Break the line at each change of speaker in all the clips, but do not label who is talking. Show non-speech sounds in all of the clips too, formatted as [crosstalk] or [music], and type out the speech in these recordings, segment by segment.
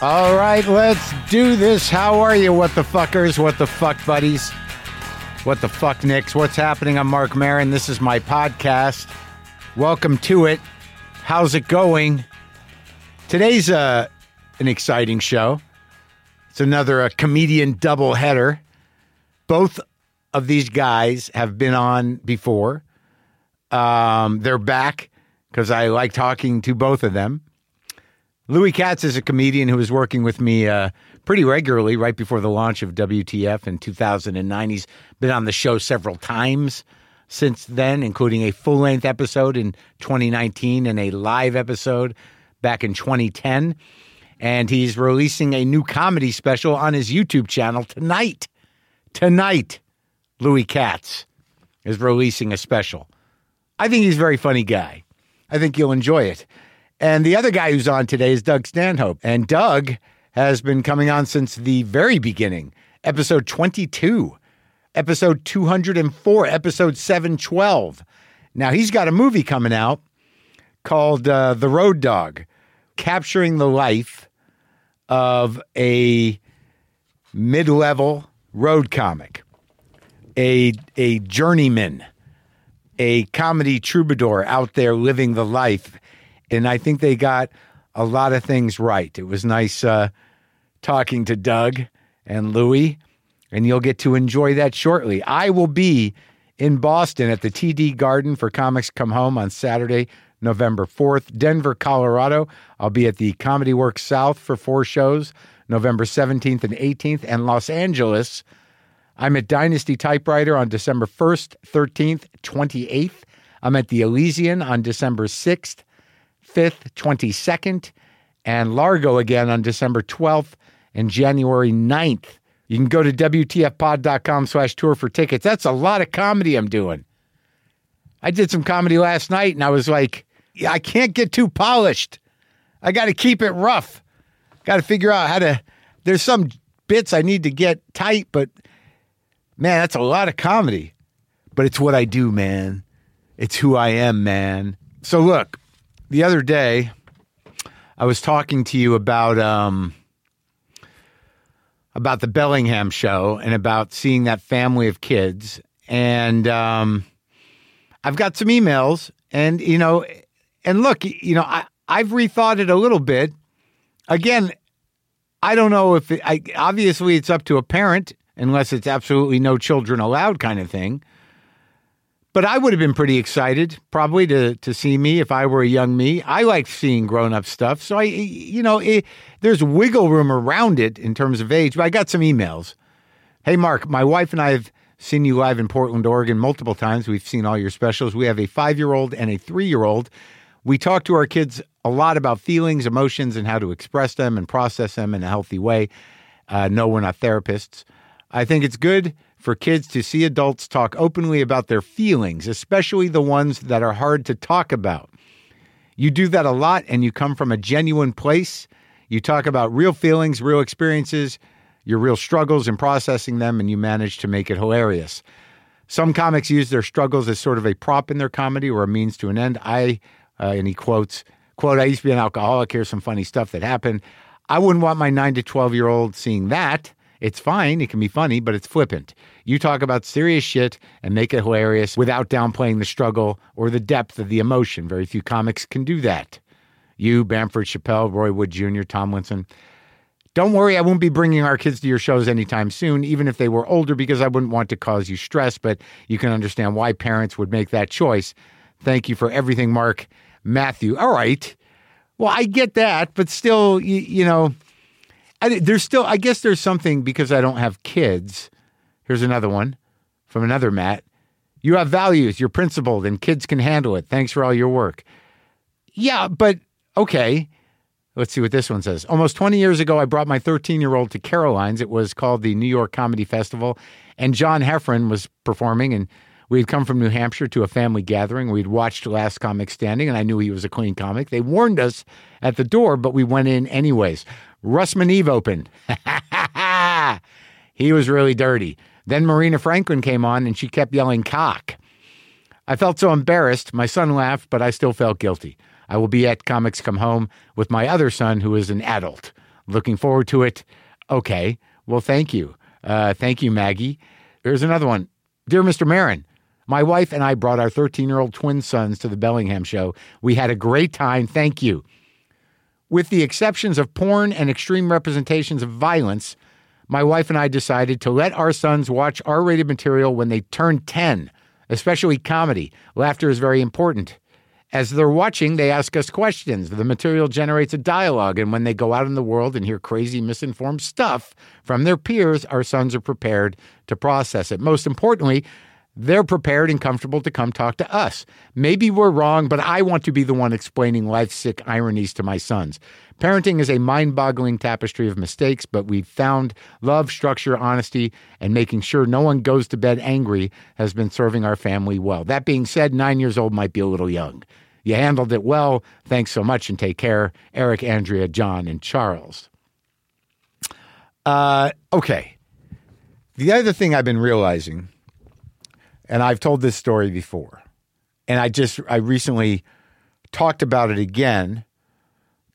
All right, let's do this. How are you, what the fuckers? What the fuck buddies? What the fuck nicks? What's happening? I'm Mark Marin. This is my podcast. Welcome to it. How's it going? Today's uh, an exciting show. It's another uh, comedian doubleheader. Both of these guys have been on before. Um, they're back because I like talking to both of them. Louis Katz is a comedian who was working with me uh, pretty regularly right before the launch of WTF in 2009. He's been on the show several times since then, including a full length episode in 2019 and a live episode back in 2010. And he's releasing a new comedy special on his YouTube channel tonight. Tonight, Louis Katz is releasing a special. I think he's a very funny guy. I think you'll enjoy it. And the other guy who's on today is Doug Stanhope. And Doug has been coming on since the very beginning, episode 22, episode 204, episode 712. Now he's got a movie coming out called uh, The Road Dog, capturing the life of a mid level road comic, a, a journeyman a comedy troubadour out there living the life. And I think they got a lot of things right. It was nice uh, talking to Doug and Louie, and you'll get to enjoy that shortly. I will be in Boston at the TD Garden for Comics Come Home on Saturday, November 4th, Denver, Colorado. I'll be at the Comedy Works South for four shows, November 17th and 18th, and Los Angeles. I'm at Dynasty Typewriter on December 1st, 13th, 28th. I'm at the Elysian on December 6th, 5th, 22nd, and Largo again on December 12th and January 9th. You can go to WTFpod.com slash tour for tickets. That's a lot of comedy I'm doing. I did some comedy last night and I was like, yeah, I can't get too polished. I got to keep it rough. Got to figure out how to. There's some bits I need to get tight, but man, that's a lot of comedy. But it's what I do, man. It's who I am, man. So look, the other day I was talking to you about um about the Bellingham show and about seeing that family of kids and um I've got some emails and you know and look, you know, I I've rethought it a little bit. Again, I don't know if it, I obviously it's up to a parent unless it's absolutely no children allowed kind of thing. But I would have been pretty excited probably to to see me if I were a young me. I like seeing grown up stuff, so I you know it, there's wiggle room around it in terms of age. But I got some emails. Hey Mark, my wife and I have seen you live in Portland, Oregon multiple times. We've seen all your specials. We have a five year old and a three year old. We talk to our kids a lot about feelings, emotions, and how to express them and process them in a healthy way. Uh, no, we're not therapists. I think it's good for kids to see adults talk openly about their feelings, especially the ones that are hard to talk about. You do that a lot and you come from a genuine place. You talk about real feelings, real experiences, your real struggles and processing them, and you manage to make it hilarious. Some comics use their struggles as sort of a prop in their comedy or a means to an end. I, uh, and he quotes, quote, I used to be an alcoholic. Here's some funny stuff that happened. I wouldn't want my nine to 12 year old seeing that. It's fine. It can be funny, but it's flippant. You talk about serious shit and make it hilarious without downplaying the struggle or the depth of the emotion. Very few comics can do that. You, Bamford Chappelle, Roy Wood Jr., Tomlinson. Don't worry, I won't be bringing our kids to your shows anytime soon, even if they were older, because I wouldn't want to cause you stress, but you can understand why parents would make that choice. Thank you for everything, Mark Matthew. All right. Well, I get that, but still, you, you know, I, there's still, I guess there's something because I don't have kids. Here's another one from another Matt. You have values, you're principled, and kids can handle it. Thanks for all your work. Yeah, but okay. Let's see what this one says. Almost 20 years ago, I brought my 13 year old to Caroline's. It was called the New York Comedy Festival, and John Heffron was performing. And we had come from New Hampshire to a family gathering. We'd watched Last Comic Standing, and I knew he was a clean comic. They warned us at the door, but we went in anyways. Russman Eve opened. [laughs] he was really dirty. Then Marina Franklin came on, and she kept yelling, cock. I felt so embarrassed. My son laughed, but I still felt guilty. I will be at Comics Come Home with my other son, who is an adult. Looking forward to it. Okay. Well, thank you. Uh, thank you, Maggie. Here's another one. Dear Mr. Marin, my wife and I brought our 13 year old twin sons to the Bellingham show. We had a great time. Thank you. With the exceptions of porn and extreme representations of violence, my wife and I decided to let our sons watch R rated material when they turned 10, especially comedy. Laughter is very important. As they're watching, they ask us questions. The material generates a dialogue, and when they go out in the world and hear crazy, misinformed stuff from their peers, our sons are prepared to process it. Most importantly, they're prepared and comfortable to come talk to us. Maybe we're wrong, but I want to be the one explaining life's sick ironies to my sons. Parenting is a mind boggling tapestry of mistakes, but we've found love, structure, honesty, and making sure no one goes to bed angry has been serving our family well. That being said, nine years old might be a little young. You handled it well. Thanks so much and take care. Eric, Andrea, John, and Charles. Uh, okay. The other thing I've been realizing and I've told this story before. And I just I recently talked about it again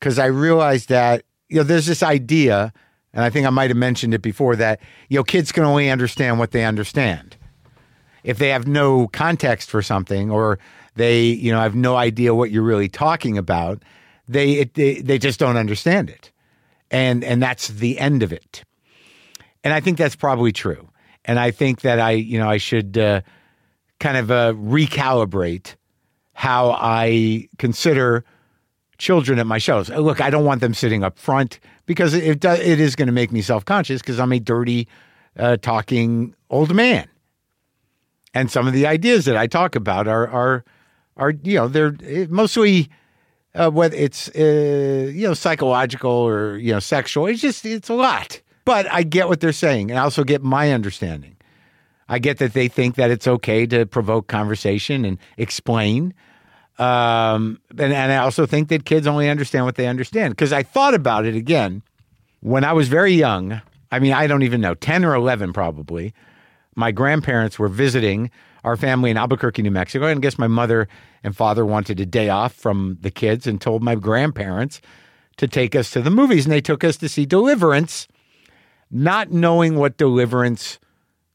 cuz I realized that you know there's this idea and I think I might have mentioned it before that you know kids can only understand what they understand. If they have no context for something or they you know have no idea what you're really talking about, they it, they, they just don't understand it. And and that's the end of it. And I think that's probably true. And I think that I you know I should uh, kind of uh, recalibrate how I consider children at my shows. Uh, Look, I don't want them sitting up front because it it, do, it is going to make me self conscious because I'm a dirty, uh, talking old man, and some of the ideas that I talk about are are are you know they're eh, mostly. Uh, whether it's uh, you know psychological or you know sexual, it's just it's a lot. But I get what they're saying, and I also get my understanding. I get that they think that it's okay to provoke conversation and explain. Um, and, and I also think that kids only understand what they understand. Because I thought about it again when I was very young. I mean, I don't even know, 10 or 11 probably. My grandparents were visiting our family in Albuquerque, New Mexico. And I guess my mother and father wanted a day off from the kids and told my grandparents to take us to the movies. And they took us to see Deliverance, not knowing what Deliverance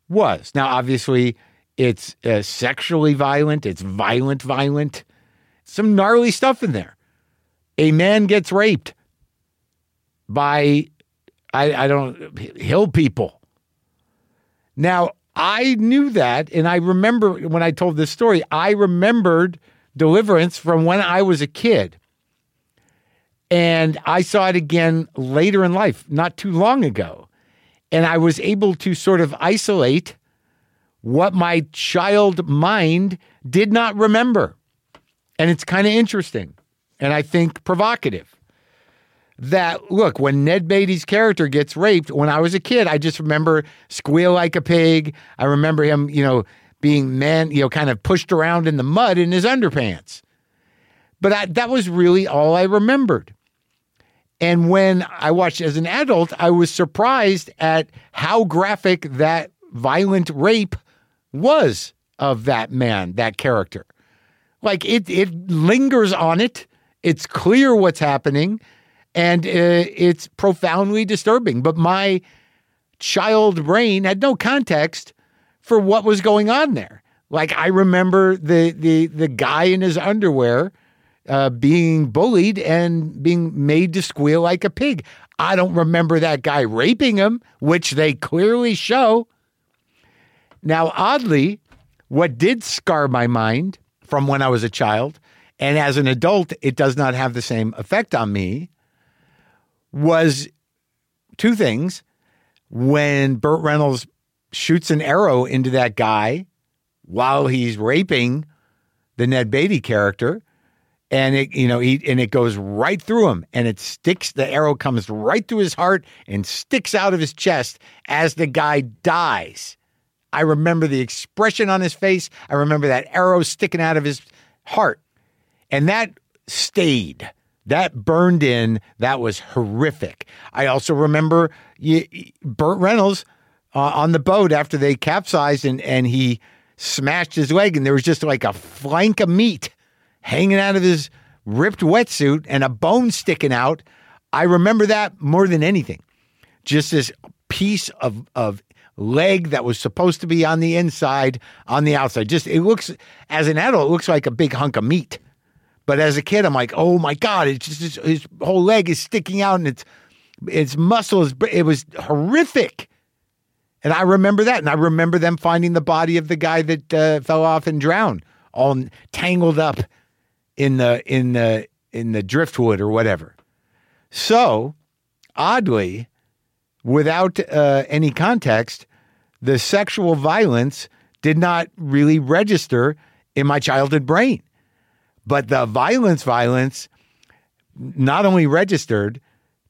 was. Now, obviously, it's uh, sexually violent, it's violent, violent, some gnarly stuff in there. A man gets raped by, I, I don't, hill people. Now, I knew that, and I remember when I told this story, I remembered Deliverance from when I was a kid. And I saw it again later in life, not too long ago. And I was able to sort of isolate what my child mind did not remember. And it's kind of interesting and I think provocative that look, when Ned Beatty's character gets raped, when I was a kid, I just remember squeal like a pig. I remember him, you know, being man, you know, kind of pushed around in the mud in his underpants. But I, that was really all I remembered. And when I watched as an adult, I was surprised at how graphic that violent rape was of that man, that character. Like it, it lingers on it. It's clear what's happening, and uh, it's profoundly disturbing. But my child brain had no context for what was going on there. Like I remember the the the guy in his underwear uh, being bullied and being made to squeal like a pig. I don't remember that guy raping him, which they clearly show. Now, oddly, what did scar my mind from when I was a child, and as an adult, it does not have the same effect on me, was two things. When Burt Reynolds shoots an arrow into that guy while he's raping the Ned Beatty character, and it you know he and it goes right through him and it sticks the arrow comes right through his heart and sticks out of his chest as the guy dies i remember the expression on his face i remember that arrow sticking out of his heart and that stayed that burned in that was horrific i also remember y- y- burt reynolds uh, on the boat after they capsized and, and he smashed his leg and there was just like a flank of meat hanging out of his ripped wetsuit and a bone sticking out I remember that more than anything. Just this piece of of leg that was supposed to be on the inside, on the outside. Just it looks as an adult, it looks like a big hunk of meat. But as a kid, I'm like, oh my god, it's just his, his whole leg is sticking out, and it's its muscles. It was horrific. And I remember that, and I remember them finding the body of the guy that uh, fell off and drowned, all tangled up in the in the in the driftwood or whatever. So, oddly, without uh, any context, the sexual violence did not really register in my childhood brain. But the violence, violence, not only registered,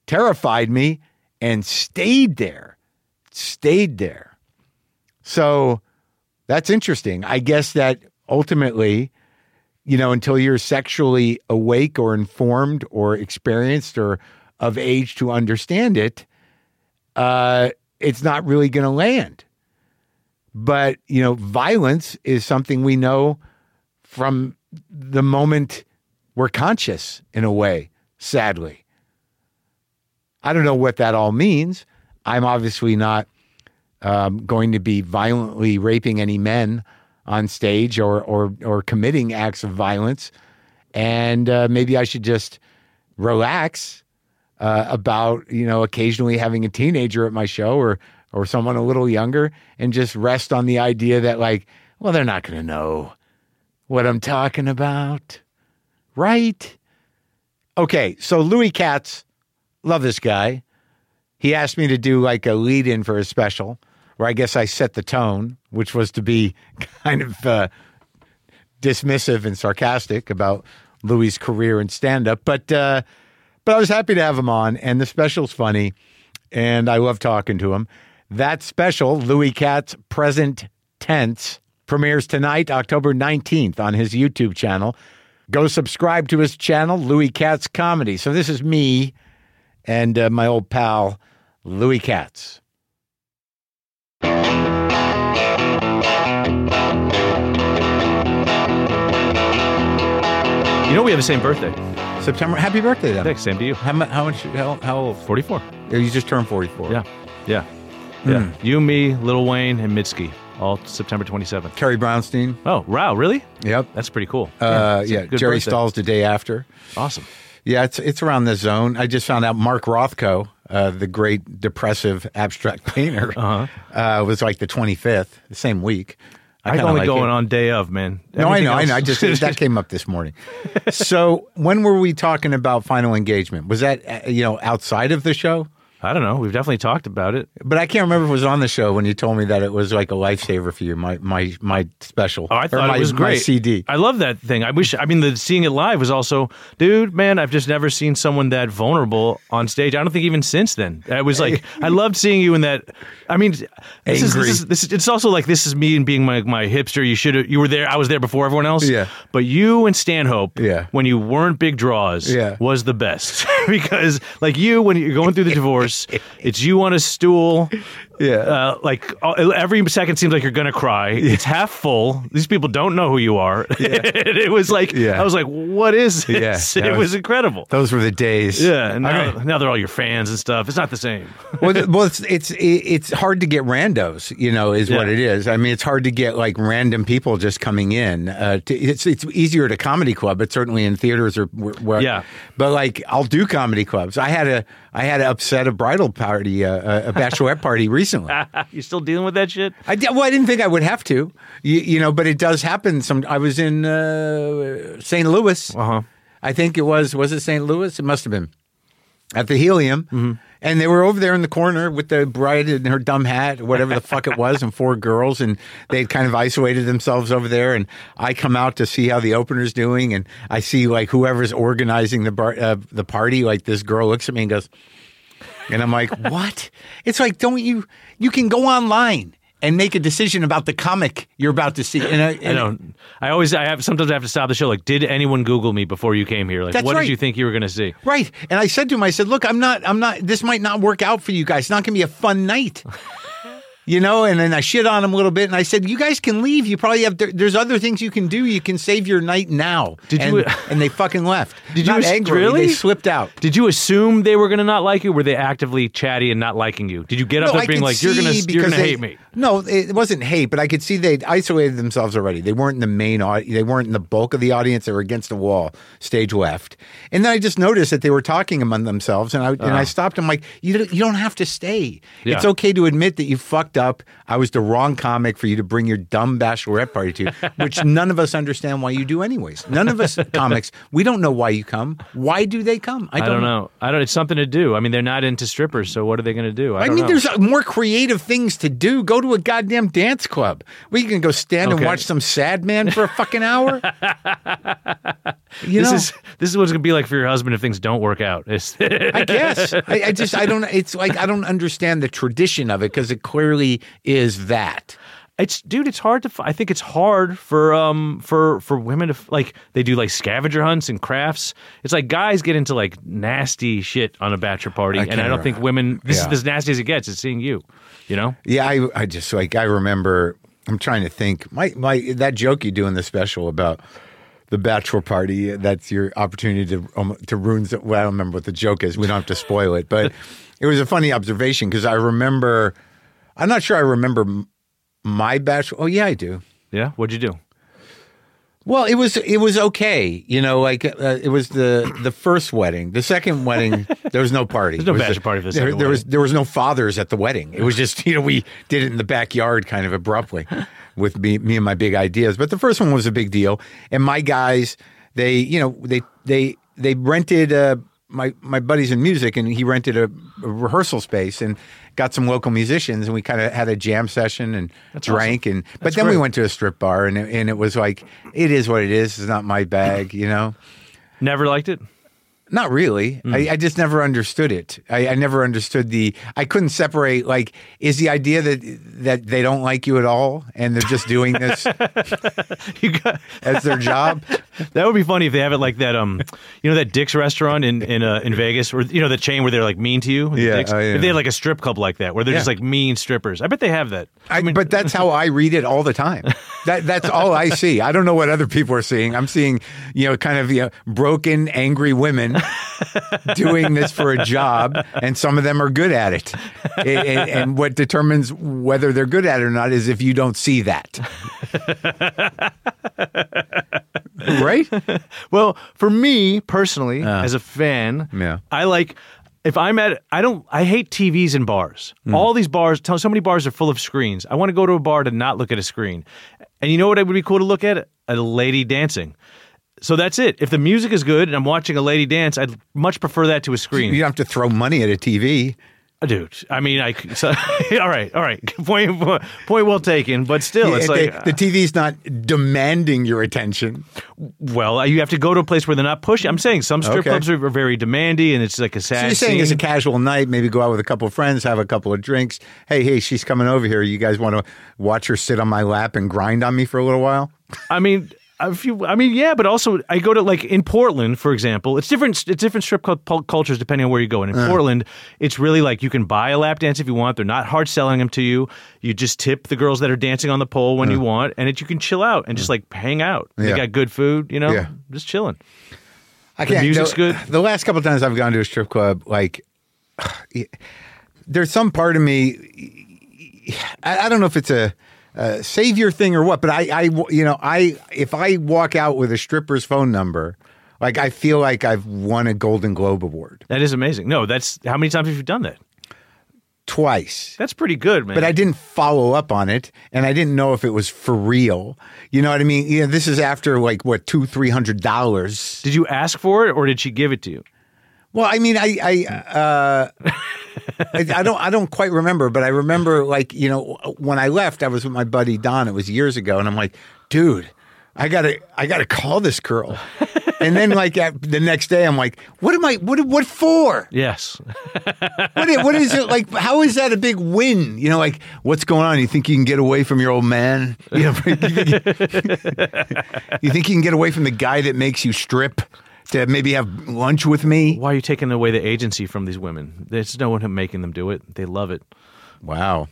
terrified me and stayed there, stayed there. So that's interesting. I guess that ultimately, you know, until you're sexually awake or informed or experienced or of age to understand it, uh, it's not really going to land. But, you know, violence is something we know from the moment we're conscious in a way, sadly. I don't know what that all means. I'm obviously not um, going to be violently raping any men on stage or or or committing acts of violence, and uh, maybe I should just relax uh, about you know occasionally having a teenager at my show or or someone a little younger, and just rest on the idea that like, well, they're not going to know what I'm talking about, right? Okay, so Louis Katz, love this guy. He asked me to do like a lead in for a special where I guess I set the tone, which was to be [laughs] kind of uh, dismissive and sarcastic about Louis' career in stand up. But, uh, but I was happy to have him on, and the special's funny, and I love talking to him. That special, Louis Katz Present Tense, premieres tonight, October 19th, on his YouTube channel. Go subscribe to his channel, Louis Katz Comedy. So this is me and uh, my old pal, Louis Katz.
You know we have the same birthday.
September. Happy birthday, then.
Thanks, same to you.
How, mu- how much? How, how old?
44.
You just turned 44.
Yeah, yeah, yeah.
Hmm.
You, me, Little Wayne, and Mitski, all September 27th.
Kerry Brownstein.
Oh, wow, really?
Yep.
That's pretty cool.
Uh,
it's a
yeah.
good
Jerry
birthday.
Stalls the day after.
Awesome.
Yeah, it's it's around the zone. I just found out Mark Rothko, uh, the great depressive abstract [laughs] painter,
Uh-huh.
uh was like the 25th, the same week.
I am
kinda
only
like
going
it.
on day of, man.
No, I
Everything
know, I know. I
else- [laughs]
just that came up this morning. So when were we talking about final engagement? Was that uh, you know outside of the show?
I don't know. We've definitely talked about it.
But I can't remember if it was on the show when you told me that it was like a lifesaver for you, my my my special.
Oh, I
or
thought
my,
it was great.
My CD.
I love that thing. I wish. I mean, the seeing it live was also, dude, man. I've just never seen someone that vulnerable on stage. I don't think even since then. I was
[laughs]
like, I loved seeing you in that. I mean, this is this
Angry.
is this. Is, it's also like this is me and being my my hipster. You should you were there. I was there before everyone else.
Yeah.
But you and Stanhope.
Yeah.
When you weren't big draws.
Yeah.
Was the best [laughs] because like you when you're going through the divorce, it's you on a stool
Yeah.
uh, like all- every second seems like you're gonna cry. It's half full. These people don't know who you are. [laughs] it was like
Yeah.
I was like, what is
Yeah,
this?
that
it
was-
was, incredible.
Those were the days.
yeah, and
I
now,
mean-
now they're all your fans and stuff. It's not the same.
[laughs] well, th- well, it's it's it's hard to get randos. You know, is what
Yeah.
it is. I mean, it's hard to get like random people just coming in. Uh, to, it's it's easier at a comedy club, but certainly in theaters or where, where-
Yeah.
But like, I'll do comedy clubs. I had a I had to upset a bridal party, uh, a a bachelorette party
[laughs]
recently.
you still dealing with that shit?
I did, well, I didn't think I would have to, you, you know, but it does happen. Some I was in uh, St. Louis.
Uh-huh.
I think it was was it St. Louis? It must have been at the Helium, and they were over there in the corner with the bride in her dumb hat, whatever the fuck it was, and four girls, and they'd kind of isolated themselves over there. And I come out to see how the opener's doing, and I see like whoever's organizing the bar, uh, the party. Like this girl looks at me and goes. And I'm like, what? It's like, don't you? You can go online and make a decision about the comic you're about to see. And I,
I
and-
don't. I always. I have. Sometimes I have to stop the show. Like, did anyone Google me before you came here? Like,
That's
what
right.
did you think you were gonna see?
Right. And I
[laughs]
said to him, I said, look, I'm not, I'm not, this might not work out for you guys. It's not going to be a fun night. you know, and then I shit on him a little bit, and I said, "You guys can leave. You probably have. There, there's other things you can do. You can save your night now."
Did
and,
you- e-
And they fucking left.
Did you
Not
ass-
angrily?
really?
They slipped out.
Did you assume they were going to not like you? Were they actively chatty and not liking you? Did you get up there
I
being
could
like, "You're going
see
to, you're
because
going to
they-
hate me"?
No, it wasn't hate, but I could see they would isolated themselves already. They weren't in the main audience. They weren't in the bulk of the audience. They were against the wall, stage left. And then I just noticed that they were talking among themselves, and I and I stopped. I'm like, you don't, you don't have to stay.
Uh-huh. Yeah.
It's okay to admit that you fucked up. I was the wrong comic for you to bring your dumb bachelorette party
[laughs]
to, which none of us understand why you do anyways. None of us comics, we don't know why you come. Why do they come?
I don't know. I don't. It's something to do. I mean, they're not into strippers, so what are they going to do? I,
I
don't
mean,
know.
there's more creative things to do. Go to a goddamn dance club. We can go stand and
Okay.
watch some sad man for a fucking
[laughs]
hour. you
this
know,
is this is what it's going to be like for your husband if things don't work out. It's- [laughs]
I guess. I, I just, I don't. It's like I don't understand the tradition of it because it clearly is that.
It's dude, it's hard to. fi- I think it's hard for um for for women to f- like they do like scavenger hunts and crafts. It's like guys get into like nasty shit on a bachelor party, and I
can't
don't think women. This
yeah.
is as nasty as it gets. It's seeing you, you know.
Yeah, I, I just like I remember. I'm trying to think. My my that joke you do in the special about the bachelor party. That's your opportunity to um, to ruin. the- Well, I don't remember what the joke is. We don't have to spoil it,
[laughs]
but it was a funny observation because I remember. I'm not sure I remember m- my bachelor. Oh yeah, I do.
Yeah, what'd you do?
Well, it was it was okay, you know. Like uh, it was the the first wedding, the second
[laughs]
wedding. There was no party. There's
no bachelor party for the
there,
second
there was there was no fathers at the wedding. It was just [laughs] you know we did it in the backyard, kind of abruptly, with me me and my big ideas. But the first one was a big deal, and my guys, they you know they they they rented uh, my my buddies in music, and he rented a, a rehearsal space and got some local musicians, and we kind of had a jam session and drank, and but then we
great.
went to a strip bar, and it, and it was like it is what it is. It's not my bag, you know.
Never liked it. [laughs]
Not really. I, I just never understood it. I, I never understood the. I couldn't separate. Like, is the idea that that they don't like you at all, and they're just doing this
You got
as their job?
that would be funny if they have it like that. Um, you know that Dick's restaurant in in uh, in Vegas, or you know the chain where they're like mean to you. the
Yeah,
Dick's?
oh, yeah.
If they had like a strip club like that, where they're just
Yeah.
like mean strippers. I bet they have that.
I, but that's how I read it all the time. That that's all I see. I don't know what other people are seeing. I'm seeing, you know, kind of you know, broken, angry women doing this for a job, and some of them are good at it. And- and- and what determines whether they're good at it or not is if you don't see that. right?
Well, for me personally, as a fan,
Yeah.
I like if I'm at I don't I hate TVs in bars. All these bars, tell- so many bars are full of screens. I want to go to a bar to not look at a screen. And you know what? It would be cool to look at a lady dancing. So that's it. If the music is good and I'm watching a lady dance, I'd much prefer that to a screen.
You don't have to throw money at a TV.
Dude, I mean, I c- [laughs] so, all right, all right. [laughs] Point point well taken, but still, it's
Yeah,
like uh,
the, the TV's not demanding your attention.
well, you have to go to a place where they're not pushing. I'm saying some strip
Okay.
clubs are, are very demandy, and it's like a sad.
So you're saying
scene.
it's a casual night, maybe go out with a couple of friends, have a couple of drinks. Hey, hey, she's coming over here. You guys want to watch her sit on my lap and grind on me for a little while?
I mean, if you, I mean, yeah, but also I go to like in Portland, for example, it's different. It's different strip club pul- cultures depending on where you go.
Uh.
And in Portland, it's really like you can buy a lap dance if you want. They're not hard selling them to you. You just tip the girls that are dancing on the pole when you want, and it you can chill out and just like hang out.
Uh. Yeah.
They got good food, you know,
Yeah.
just chilling.
I can't.
music's
the,
good.
The last couple of times I've gone to a strip club, like there's some part of me. I, I don't know if it's a, a savior thing or what, but I, I, you know, I if I walk out with a stripper's phone number, like I feel like I've won a Golden Globe award
That is amazing. No, that's how many times have you done that?
twice.
That's pretty good, man.
but I didn't follow up on it, and I didn't know if it was for real. You know what I mean? You know, this is after like what two, three hundred dollars.
did you ask for it or did she give it to you?
Well, I mean, I, I, uh, [laughs] I, I don't, I don't quite remember, but I remember like you know when I left, I was with my buddy Don. It was years ago, and I'm like, dude, I gotta, I gotta call this girl. and then like at, the next day, I'm like, what am I, what, what for?
Yes. [laughs]
What is, what is it like? How is that a big win? You know, like what's going on? You think you can get away from your old man? You, know, [laughs] you, think, you think you can get away from the guy that makes you strip to maybe have lunch with me?
Why are you taking away the agency from these women? There's no one making them do it. They love it.
Wow.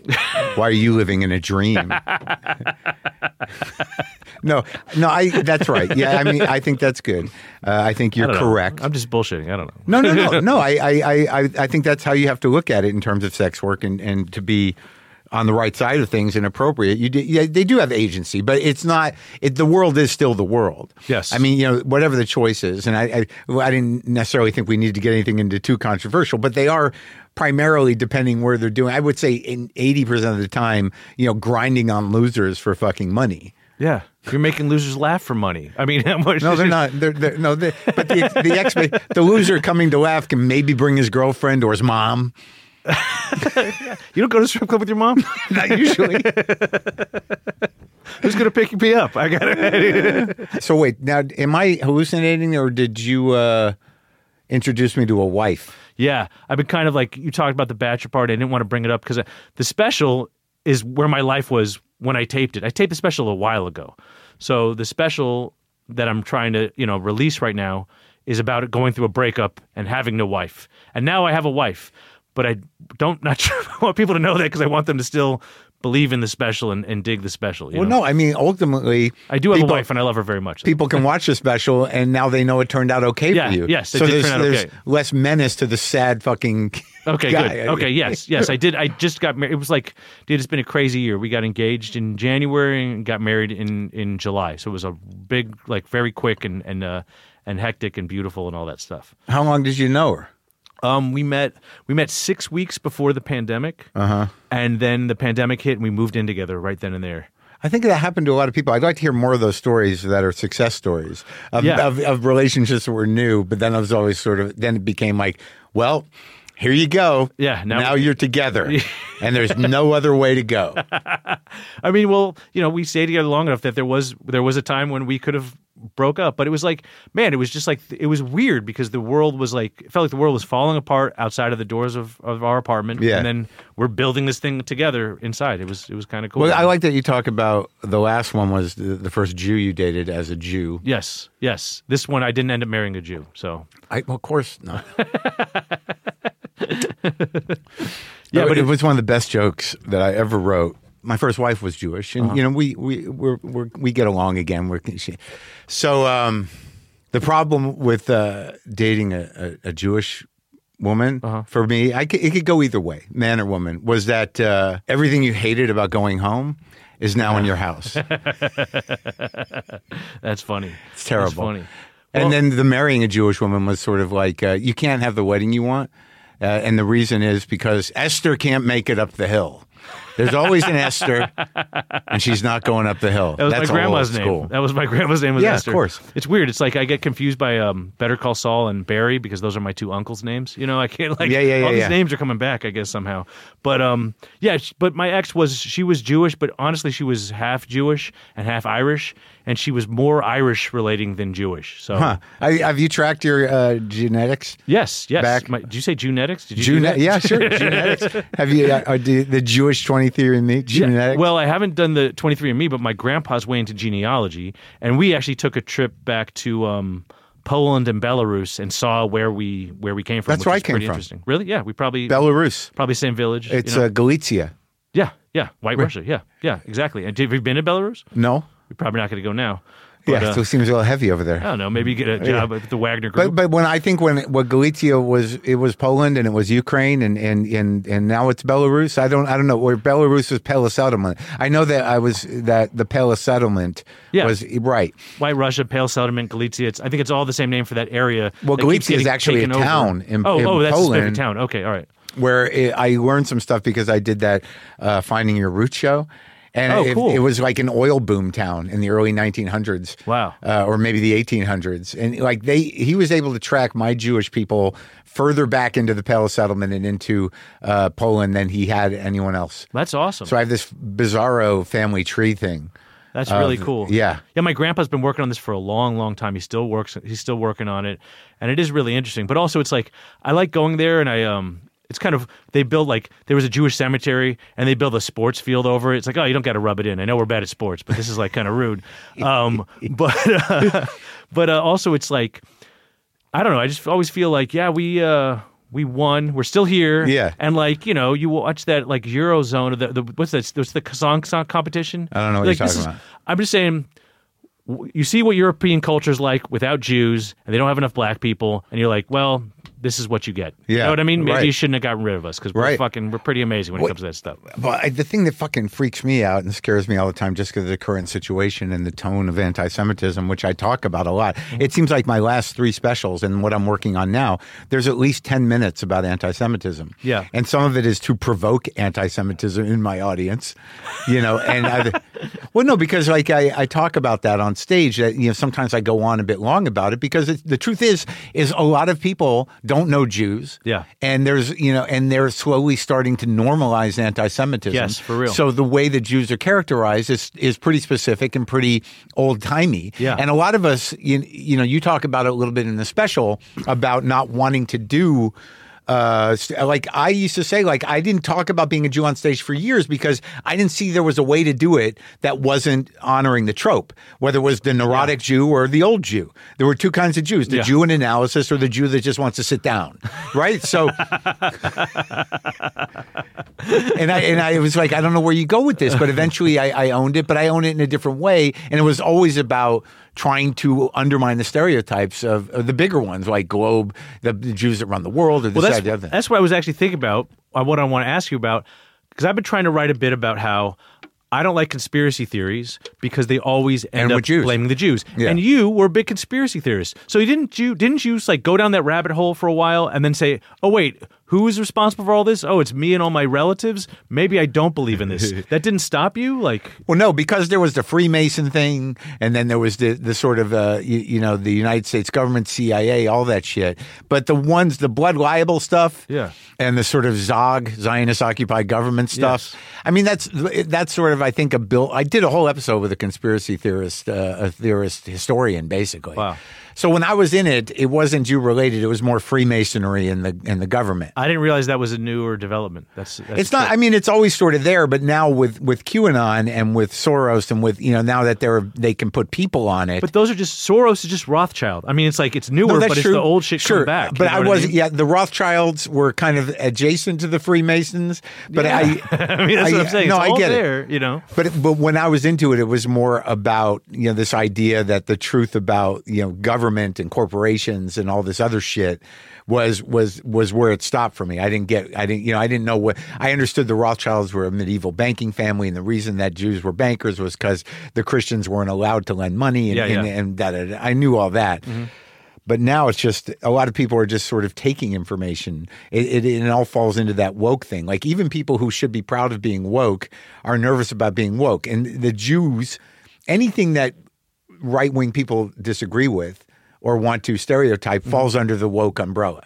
Why are you living in a dream? [laughs] no, no, I. That's right. Yeah, I mean, I think that's good. Uh, I think
I
you're
don't know.
correct.
I'm just bullshitting. I don't
No,
know.
no, no, no. I, I, I, I- I think that's how you have to look at it in terms of sex work and, and to be on the right side of things and appropriate. You do, yeah, they do have agency, but it's not. It, the world is still the world.
Yes.
I mean, you know, whatever the choice is, and I, I, well, I didn't necessarily think we need to get anything into too controversial, but they are primarily depending where they're doing. I would say in eighty percent of the time, you know, grinding on losers for fucking money.
Yeah, you're making losers laugh for money. I mean, [laughs] how much?
No, they're not. They're, they're, no, they but the the, expe- the loser coming to laugh can maybe bring his girlfriend or his mom.
You don't go to strip club with your mom.
[laughs] Not usually.
[laughs] Who's gonna pick me up? I
[laughs]
got it.
so wait, now am I hallucinating, or did you uh, introduce me to a wife?
yeah, I've been kind of like you talked about the bachelor party. I didn't want to bring it up because the special is where my life was when I taped it. I taped the special a while ago, so the special that I'm trying to you know release right now is about going through a breakup and having no wife. And now I have a wife, but I don't not [laughs] sure I want people to know that because I want them to still believe in the special and, and dig the special. you
Well,
know?
no, I mean ultimately,
I do have
people,
a wife and I love her very much.
People can watch the special, and now they know it turned out okay
Yeah,
for you.
yes, it
so
did
there's,
turn out
there's
okay.
less menace to the sad fucking.
Okay,
guy. [laughs]
good. Okay, yes, yes, I did. I just got married. It was like, dude, it's been a crazy year. We got engaged in January and got married in in July. So it was a big, like, very quick and and uh, and hectic and beautiful and all that stuff.
How long did you know her?
Um, we met we met six weeks before the pandemic, uh-huh. and then the pandemic hit and we moved in together right then and there.
I think that happened to a lot of people. I'd like to hear more of those stories that are success stories of,
Yeah.
of, of relationships that were new, but then I was always sort of, then it became like, well, here you go.
Yeah,
Now,
now-
you're
[laughs]
together and there's no other way to go.
I mean, well, you know, we stayed together long enough that there was there was a time when we could have broke up, but it was like, man, it was just like it was weird because the world was like it felt like the world was falling apart outside of the doors of, of our apartment,
Yeah.
and then we're building this thing together inside. It was it was kind of cool.
Well, I like that you talk about the last one was the, the first Jew you dated as a Jew.
Yes, yes. This one I didn't end up marrying a Jew, so
I, well, of course not.
Yeah,
No,
but
it
it-
was one of the best jokes that I ever wrote. My first wife was Jewish, and you know we we we're, we're, we get along again. We're she, so um, the problem with uh, dating a, a, a Jewish woman for me, I c- it could go either way, man or woman. Was that uh, everything you hated about going home is now in your house?
that's funny. It's
terrible.
funny.
and then the marrying a Jewish woman was sort of like uh, you can't have the wedding you want, uh, and the reason is because Esther can't make it up the hill. There's always an Esther, and she's not going up the hill.
That was
That's
my grandma's
old
name.
school.
That was my [laughs] grandma's name. Was
Yeah, of
Esther.
course.
It's weird. It's like I get confused by um, Better Call Saul and Barry because those are my two uncles' names. You know, I can't like
Yeah, yeah, yeah,
all these
yeah.
names are coming back. I guess somehow. But um, yeah. sh- But my ex was she was Jewish, but honestly, she was half Jewish and half Irish, and she was more Irish relating than Jewish. So
Huh. I, have you tracked your uh, genetics?
yes, yes.
Back-
My, did you say genetics? Did you do
Gene-
that?
yeah,
[laughs]
sure. genetics. Have you uh, uh, do the Jewish twenty theory me?
Yeah,
Genetics.
Well, I haven't done the 23andMe, but my grandpa's way into genealogy, and we actually took a trip back to um, Poland and Belarus and saw where we where we came from.
That's
which
where I
is
came
pretty
from.
Interesting. Really? Yeah, we probably
Belarus.
probably same village. you
It's
know?
uh, Galicia.
yeah, yeah, White Russia. Yeah, yeah, exactly. And have you been to Belarus?
No.
You're probably not going to go now.
[laughs]
But,
Yeah,
uh,
so it seems a little heavy over there.
I don't know. Maybe you get a job at the Wagner Group.
But but when I think when what Galicia was it was Poland and it was Ukraine and and and, and now it's Belarus. I don't I don't know where Belarus was Pella settlement. I know that I was that the Pella settlement
Yeah.
was right.
White Russia, Pale Settlement, Galicia. It's, I think it's all the same name for that area.
Well,
that keeps
Galicia is
getting
actually a
taken over.
town in-
oh,
in
oh, that's a specific
Poland.
town. Okay, all right.
where it, I learned some stuff because I did that uh, Finding Your Root show. And
Oh,
it,
cool.
it was like an oil boom town in the early 1900s.
Wow.
Uh, or maybe the 1800s. And like they, he was able to track my Jewish people further back into the Pale settlement and into uh, Poland than he had anyone else.
That's awesome.
So I have this bizarro family tree thing.
That's really cool.
yeah.
Yeah, my grandpa's been working on this for a long, long time. He still works he's still working on it. And it is really interesting. But also it's like I like going there and I um it's kind of they built like there was a Jewish cemetery and they built a sports field over it. It's like, oh, you don't gotta rub it in. I know we're bad at sports, but this is like kind of
[laughs]
rude. Um but [laughs] uh, but uh, also it's like I don't know. I just always feel like, yeah, we uh, we won. We're still here.
Yeah.
And like you know, you watch that like Eurozone. Or the, the what's that? What's the song song competition?
I don't know what
Like,
you're
this
talking
is-
about.
I'm just saying. w- You see what European culture is like without Jews, and they don't have enough black people, and you're like, well, this is what you get. You
Yeah,
know what I mean? Maybe
right.
you shouldn't have gotten rid of us because we're
Right.
fucking, we're pretty amazing when
What-
it comes to that stuff.
But I, the thing that fucking freaks me out and scares me all the time, just because of the current situation and the tone of anti-Semitism, which I talk about a lot. It seems like my last three specials and what I'm working on now, there's at least ten minutes about anti-Semitism.
Yeah.
and some of it is to provoke anti-Semitism in my audience, you know. And I, well, no, because like I, I talk about that on stage. That you know, sometimes I go on a bit long about it because it, the truth is, is a lot of people don't know Jews.
Yeah.
and there's you know, and they're slowly starting to normalize anti-Semitism.
Yes, for real.
So the way the Jews are characterized is is pretty specific and pretty old timey.
Yeah.
And a lot of us, you, you know, you talk about it a little bit in the special about not wanting to do. Uh, st- like I used to say, like I didn't talk about being a Jew on stage for years because I didn't see there was a way to do it that wasn't honoring the trope, whether it was the neurotic Jew or the old Jew. There were two kinds of Jews: the
Yeah.
Jew in analysis or the Jew that just wants to sit down, right? So and I and I it was like, I don't know where you go with this, but eventually I, I owned it, but I own it in a different way, and it was always about trying to undermine the stereotypes of, of the bigger ones, like globe, the, the Jews that run the world, or this
well,
that, the
that's,
other.
that's what I was actually thinking about. uh, What I want to ask you about, because I've been trying to write a bit about how I don't like conspiracy theories because they always end
And with
up
Jews.
blaming the Jews.
Yeah.
And you were a big conspiracy theorist, so you didn't you didn't you like go down that rabbit hole for a while and then say, oh wait, who is responsible for all this? Oh, it's me and all my relatives. Maybe I don't believe
[laughs]
in this. that didn't stop you, like.
Well, no, because there was the Freemason thing, and then there was the the sort of uh, you, you know the United States government, CIA, all that shit. But the ones, the blood libel stuff,
Yeah.
and the sort of Zog Zionist occupied government stuff.
Yes.
I mean, that's that's sort of I think a bill. I did a whole episode with a conspiracy theorist, uh, a theorist historian, basically.
Wow.
So when I was in it, it wasn't Jew related. It was more Freemasonry and the and the government.
I didn't realize that was a newer development. That's, that's
It's not.
true.
I mean, it's always sort of there, but now with with QAnon and with Soros and with you know now that they're they can put people on it.
But those are just Soros is just Rothschild. I mean, it's like it's newer,
No,
but it's the old shit
Sure,
coming back. you
but
know
I
what
wasn't.
mean?
Yeah, the Rothschilds were kind of adjacent to the Freemasons. But I,
[laughs] I mean, that's what I'm saying.
No,
it's
I
all
get it.
there, you know.
But but when I was into it, it was more about you know this idea that the truth about you know government and corporations and all this other shit was was was where it stopped for me. I didn't get I didn't you know I didn't know what I understood. The Rothschilds were a medieval banking family, and the reason that Jews were bankers was because the Christians weren't allowed to lend money, and
Yeah, yeah.
and, and that and I knew all that. But now it's just a lot of people are just sort of taking information. It, it, it all falls into that woke thing. Like even people who should be proud of being woke are nervous about being woke. And the Jews, anything that right wing people disagree with or want to stereotype falls under the woke umbrella.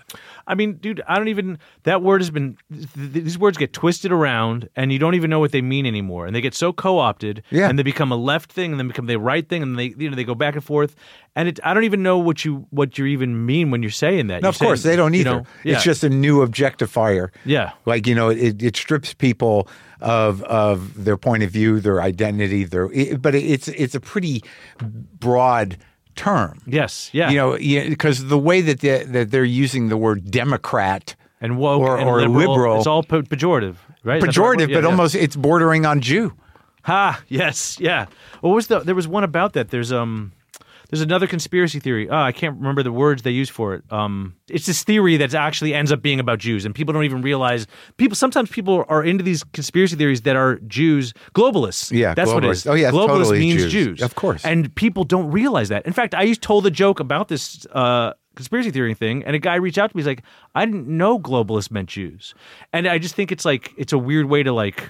I mean, dude, I don't even. That word has been. Th- th- these words get twisted around, and you don't even know what they mean anymore. And they get so co-opted,
Yeah.
and they become a left thing, and then become the right thing, and they, you know, they go back and forth. And it, I don't even know what you what you even mean when you're saying that.
Now,
You're
of course,
saying,
they don't
you
either.
know, yeah.
It's just a new objectifier.
Yeah.
like you know, it, it strips people of of their point of view, their identity, their. It, but it's it's a pretty broad term.
yes, yeah,
You know, because the way that they, that they're using the word Democrat
and woke
or,
and
or
liberal,
liberal,
It's all pe- pejorative, right? That's the
pejorative,
right word? Yeah,
but
yeah.
almost it's bordering on Jew.
Ha! Yes, yeah. What was the? There was one about that. There's um, there's another conspiracy theory. Ah, I can't remember the words they use for it. Um, it's this theory that actually ends up being about Jews, and people don't even realize. People sometimes people are into these conspiracy theories that are Jews globalists.
Yeah,
that's what it
globalists.
is.
Oh, yeah,
globalist
totally
means
Jews.
Jews.
Of course.
and people don't realize that. In fact, I used told a joke about this. Uh, conspiracy theory thing and a guy reached out to me he's like i didn't know globalists meant jews and i just think it's like it's a weird way to like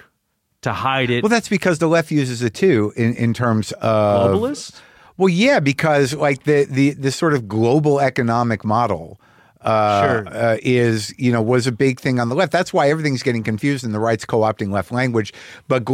to hide it
Well, that's because the left uses it too in, in terms of
globalist
Well, yeah, because like the the this sort of global economic model uh,
Sure.
uh, is you know was a big thing on the left. That's why everything's getting confused and the right's co-opting left language. But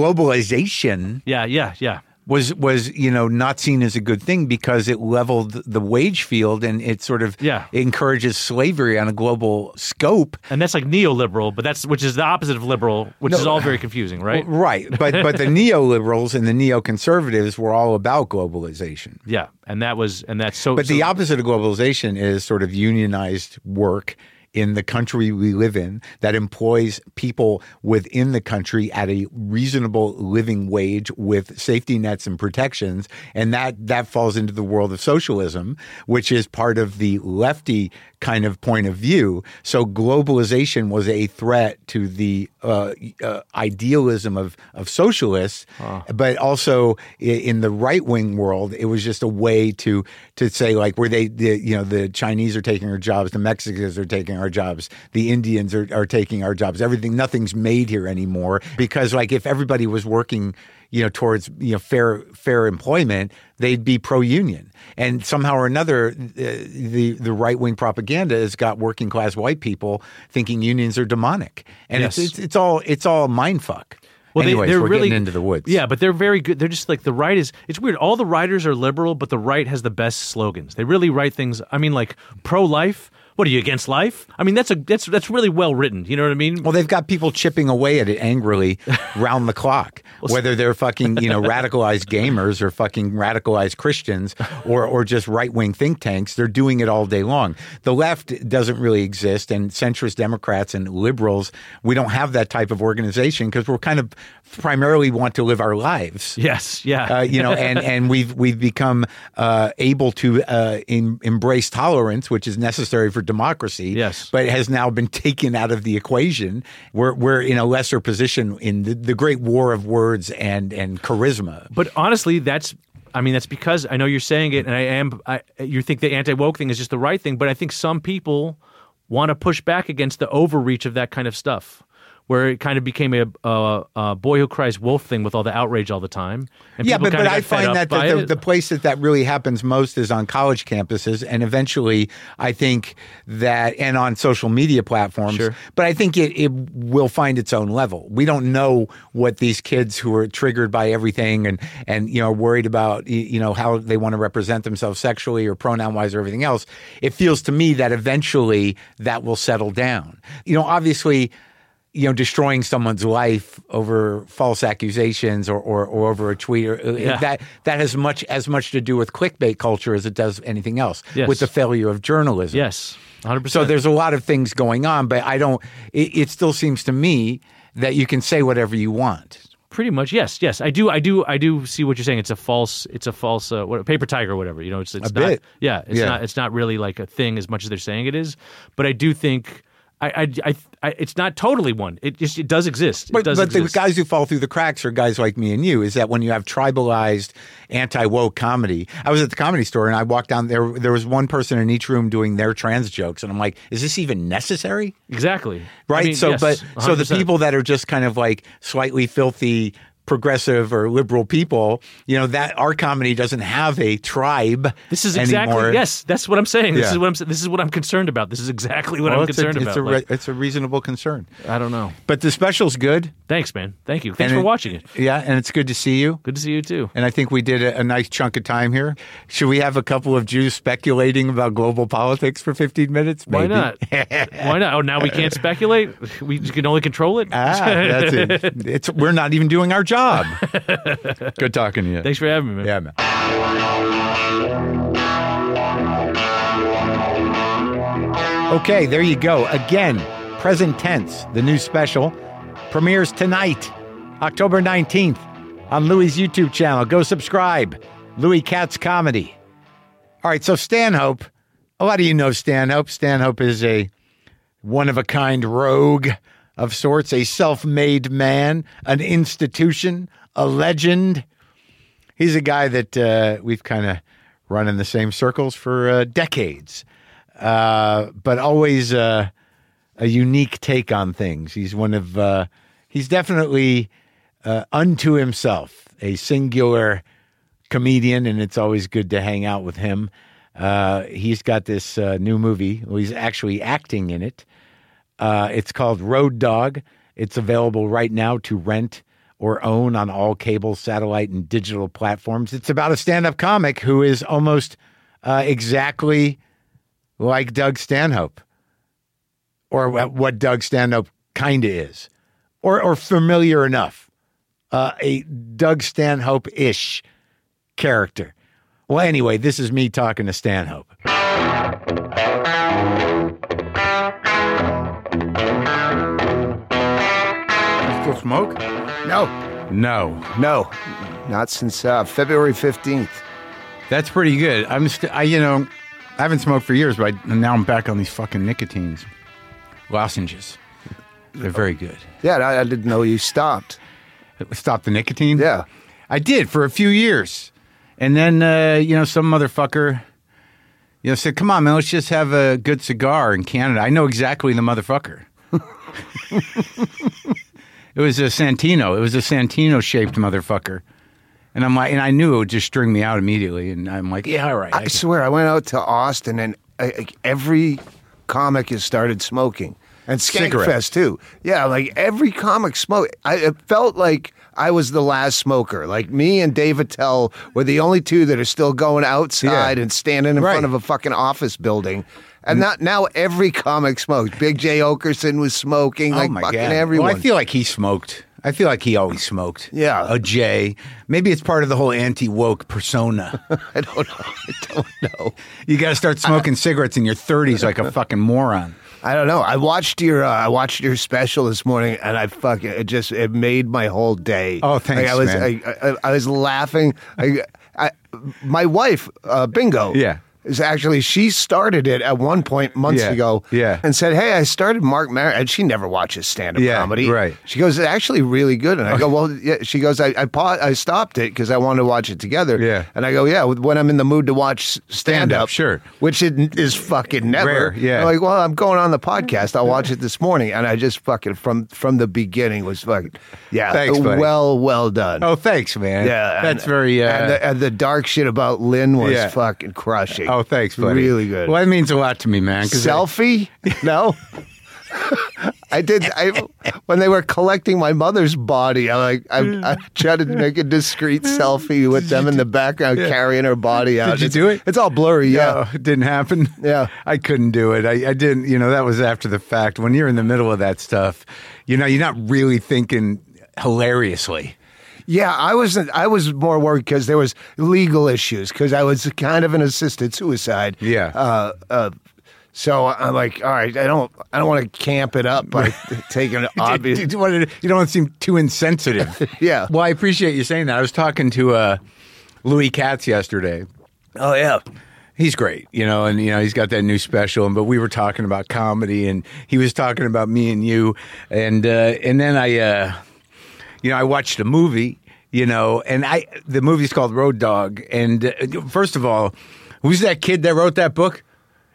globalization
Yeah, yeah, yeah.
was was you know not seen as a good thing because it leveled the wage field and it sort of
Yeah.
encourages slavery on a global scope.
And that's like neoliberal, but that's which is the opposite of liberal, which is all very confusing, right?
Right, but but
[laughs]
the neoliberals and the neoconservatives were all about globalization.
yeah, and that was and that's so.
But the
so-
opposite of globalization is sort of unionized work in the country we live in that employs people within the country at a reasonable living wage with safety nets and protections. And that, that falls into the world of socialism, which is part of the lefty kind of point of view. So globalization was a threat to the uh, uh, idealism of, of socialists, but also i- in the right wing world, it was just a way to to say like, where they, the, you know, the Chinese are taking our jobs, the Mexicans are taking our jobs, the Indians are, are taking our jobs. Everything, nothing's made here anymore because like if everybody was working, you know, towards you know fair fair employment, they'd be pro union. And somehow or another, the the, the right wing propaganda has got working class white people thinking unions are demonic, and
Yes.
it's, it's it's all it's all a mind fuck.
Well,
Anyways,
they, they're
we're
really
getting into the woods.
Yeah, but they're very good. They're just like the right is. It's weird. All the writers are liberal, but the right has the best slogans. They really write things. I mean, like pro life. What are you against life? I mean, that's a that's that's really well written. You know what I mean?
Well, they've got people chipping away at it angrily round the clock, whether they're fucking, you know, radicalized gamers or fucking radicalized Christians or, or just right wing think tanks. They're doing it all day long. The left doesn't really exist, and centrist Democrats and liberals, we don't have that type of organization because we're kind of primarily want to live our lives
yes. Yeah.
uh, you know, and and we've we've become uh, able to uh, em embrace tolerance, which is necessary for democracy.
Yes.
but has now been taken out of the equation. We're we're in a lesser position in the, the great war of words and and charisma.
But honestly, that's I mean that's because I know you're saying it, and I am. I, you think the anti woke thing is just the right thing, but I think some people want to push back against the overreach of that kind of stuff. Where it kind of became a, a, a boy who cries wolf thing with all the outrage all the time. And
Yeah,
people
but,
kind
but
of
I
got fed up
find that
by
the, the,
it.
the place that that really happens most is on college campuses, and eventually, I think that and on social media platforms.
Sure.
But I think it, it will find its own level. We don't know what these kids who are triggered by everything and and you know worried about y- you know how they want to represent themselves sexually or pronoun wise or everything else. It feels to me that eventually that will settle down. You know, obviously you know, destroying someone's life over false accusations or, or, or over a tweet or uh,
Yeah.
that that has much as much to do with clickbait culture as it does anything else
Yes.
with the failure of journalism.
yes, 100.
So
percent
there's a lot of things going on, but I don't. It, it still seems to me that you can say whatever you want.
Pretty much, yes, yes. I do, I do, I do see what you're saying. It's a false, it's a false, uh, what, paper tiger, or whatever. You know, it's it's
A
not,
bit.
yeah, it's
Yeah.
not, it's not really like a thing as much as they're saying it is. But I do think, I, I, I, I it's not totally one. It just, it does exist. it
But,
does
but the
exist.
guys who fall through the cracks are guys like me and you. Is that when you have tribalized anti woke comedy? I was at the comedy store and I walked down there. There was one person in each room doing their trans jokes, and I'm like, is this even necessary?
exactly
right?
I mean,
so,
yes,
but so the
100%.
people that are just kind of like slightly filthy progressive or liberal people, you know, that our comedy doesn't have a tribe.
This is exactly
anymore.
yes. That's what I'm saying. This
Yeah.
is what I'm. sa- This is what I'm concerned about. This is exactly what
Well,
I'm
it's
concerned
a, it's
about.
A re-
Like,
it's a reasonable concern.
I don't know.
But the special's good.
Thanks, man. Thank you. Thanks
and
for
it-
watching it.
Yeah, and it's good to see you.
Good to see you too.
And I think we did a, a nice chunk of time here. Should we have a couple of Jews speculating about global politics for 15 minutes?
Why
Maybe.
not? Why not? Oh, now
[laughs]
we can't speculate. We can only control it.
Ah, that's it.
[laughs]
It's, we're not even doing our job. good talking to you.
Thanks for having me, man.
Yeah, man. Okay, there you go. Again, present tense, the new special premieres tonight, October 19th, on Louis' YouTube channel. Go subscribe, Louis Katz Comedy. All right, so Stanhope, a lot of you know Stanhope. Stanhope is a one of a kind rogue of sorts, a self made man, an institution, a legend he's a guy that uh, we've kind of run in the same circles for uh, decades, uh, but always uh, a unique take on things. He's one of uh, he's definitely uh, unto himself, a singular comedian, and it's always good to hang out with him. Uh, he's got this uh, new movie. Well, he's actually acting in it. Uh, it's called Road Dog. It's available right now to rent or own on all cable, satellite, and digital platforms. It's about a stand up comic who is almost uh, exactly like Doug Stanhope, or wh- what Doug Stanhope kind of is, or, or familiar enough, uh, a Doug Stanhope ish character. Well, anyway, this is me talking to Stanhope. still smoke?
No,
No.
no, not since uh, February 15th.
That's pretty good. I'm st- I, you know, I haven't smoked for years, but I, now I'm back on these fucking nicotines lozenges. They're very good.
Yeah, I, I didn't know you stopped.
Stop the nicotine.
Yeah.
I did for a few years, and then uh, you know some motherfucker, you know, said, "Come on, man, let's just have a good cigar in Canada." I know exactly the motherfucker. [laughs] it was a Santino. It was a Santino-shaped motherfucker, and I'm like, and I knew it would just string me out immediately. And I'm like, "Yeah, all right." I
I swear, I went out to Austin and uh, every comic has started smoking. And
Cigarettes.
Skankfest too. Yeah, like every comic smoke. I it felt like I was the last smoker. Like me and Dave Attell were the only two that are still going outside
Yeah.
and standing in
Right.
front of a fucking office building. And not, now every comic smokes. Big J. Okerson was smoking. like fucking everyone.
Oh Well, I feel like he smoked. I feel like he always smoked.
Yeah.
a J. Maybe it's part of the whole anti woke
[laughs]
persona.
[laughs] I don't know. I don't know.
you got to start smoking cigarettes in your thirties like a fucking moron.
I don't know. I watched your uh, I watched your special this morning, and I fucking it just it made my whole day.
Oh, thanks,
Like, I was
man.
I, I, I was laughing. I, I, my wife, uh, Bingo,
Yeah.
is actually she started it at one point months
Yeah,
ago,
yeah.
and said, "Hey, I started Mark Maron," and she never watches stand up
Yeah,
comedy,
right.
She goes, "It's actually really good," and
[laughs]
I go, "Well, yeah." She goes, "I I, pa- I stopped it because I wanted to watch it together,"
Yeah.
and I go, "Yeah, when I'm in the mood to watch stand
Stand-up,
up,
sure.
which it is fucking never."
Rare, yeah.
I'm like, well, I'm going on the podcast. I'll watch
[laughs]
it this morning, and I just fucking from from the beginning was fucking yeah,
Thanks, buddy.
well, well done.
Oh, thanks, man.
yeah,
that's
and-
very. Uh,
and, the, and the dark shit about Lynn was
Yeah.
fucking crushing.
oh, thanks, buddy.
really good.
Well, that means a lot to me, man. 'cause I-
selfie?
[laughs]
no. [laughs] I did. I when they were collecting my mother's body, I like I, I tried to make a
[laughs]
discreet selfie with them in the background carrying her body out.
you
It's-
do it?
It's all blurry. Yeah,
yeah, it didn't happen.
Yeah.
I couldn't do it. I, I didn't. You know, that was after the fact. When you're in the middle of that stuff, you know, you're not really thinking hilariously.
Yeah, I wasn't. I was more worried because there was legal issues because I was kind of an assisted suicide.
Yeah.
Uh, uh, so I'm like, all right, I don't, I don't want to camp it up
[laughs]
by [laughs] taking an obvious.
You, don't wanna- you don't want to seem too insensitive.
[laughs] Yeah.
Well, I appreciate you saying that. I was talking to uh, Louis Katz yesterday.
Oh yeah.
He's great, you know, and you know he's got that new special. And but we were talking about comedy, and he was talking about me and you, and uh, and then I, uh, you know, I watched a movie, you know, and I the movie's called Road Dog. And uh, first of all, who's that kid that wrote that book?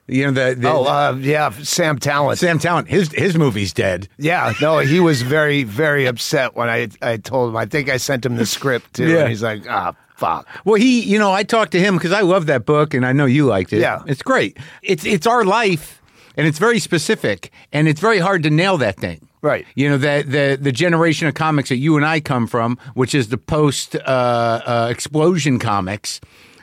You know, the, the
Oh uh, yeah, Sam Talent.
Sam Talent. His his movie's dead.
Yeah, no, he was very, very upset when I, I told him. I think I sent him the script too,
Yeah.
and he's like, ah, fuck.
Well, he, you know, I talked to him because I love that book, and I know you liked it.
Yeah.
it's great. It's it's our life, and it's very specific, and it's very hard to nail that thing.
Right.
You know the the the generation of comics that you and I come from, which is the post uh, uh, explosion comics.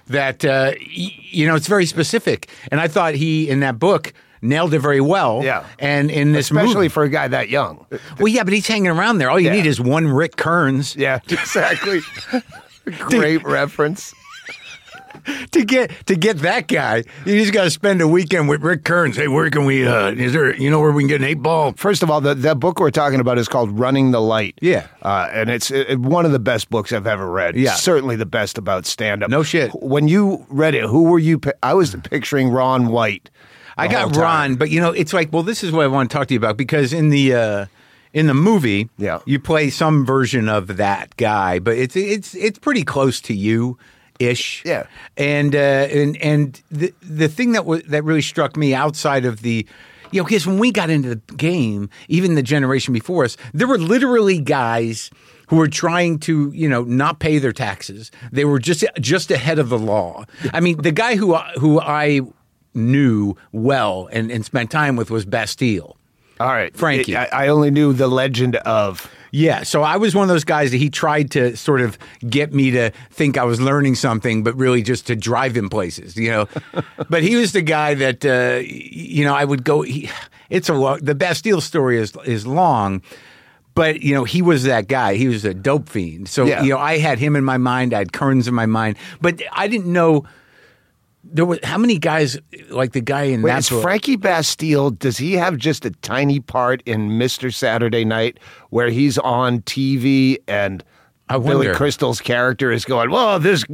That uh, y- you know, it's very specific, and I thought he in that book nailed it very well.
Yeah.
and in this
Especially
movie,
for a guy that
[laughs]
young.
well, yeah, but he's hanging around there. All you
Yeah.
need is one Rick Kearns.
Yeah, exactly. [laughs] Great reference.
to get to get that guy, you just got to spend a weekend with Rick Kearns. Hey, where can we? Uh, is there you know where we can get an eight ball?
First of all, the, that book we're talking about is called Running the Light.
Yeah.
Uh, and it's uh one of the best books I've ever read.
Yeah.
Certainly the best about stand up.
No shit.
When you read it, who were you? pi- I was picturing Ron White.
I
the whole
got
time.
Ron, but you know it's like well, this is what I want to talk to you about because in the uh, in the movie,
Yeah.
you play some version of that guy, but it's it's it's pretty close to you. Ish,
Yeah.
and uh, and and the the thing that was that really struck me outside of the, you know, because when we got into the game, even the generation before us, there were literally guys who were trying to you know not pay their taxes. They were just just ahead of the law. I mean, the guy who I- who I knew well and, and spent time with was Bastille.
All right.
Frankie.
I, I only knew the legend of.
Yeah, so I was one of those guys that he tried to sort of get me to think I was learning something, but really just to drive him places,
[laughs]
you know. but he was the guy that uh, y- you know I would go. He, it's a long, the Bastille story is is long, but you know he was that guy. He was a dope fiend. So
Yeah.
you know I had him in my mind. I had Kearns in my mind, but I didn't know There was how many guys like the guy in
Wait,
that
is Frankie Bastille, does he have just a tiny part in Mr. Saturday Night where he's on TV and
I wonder.
Billy Crystal's character is going, whoa, this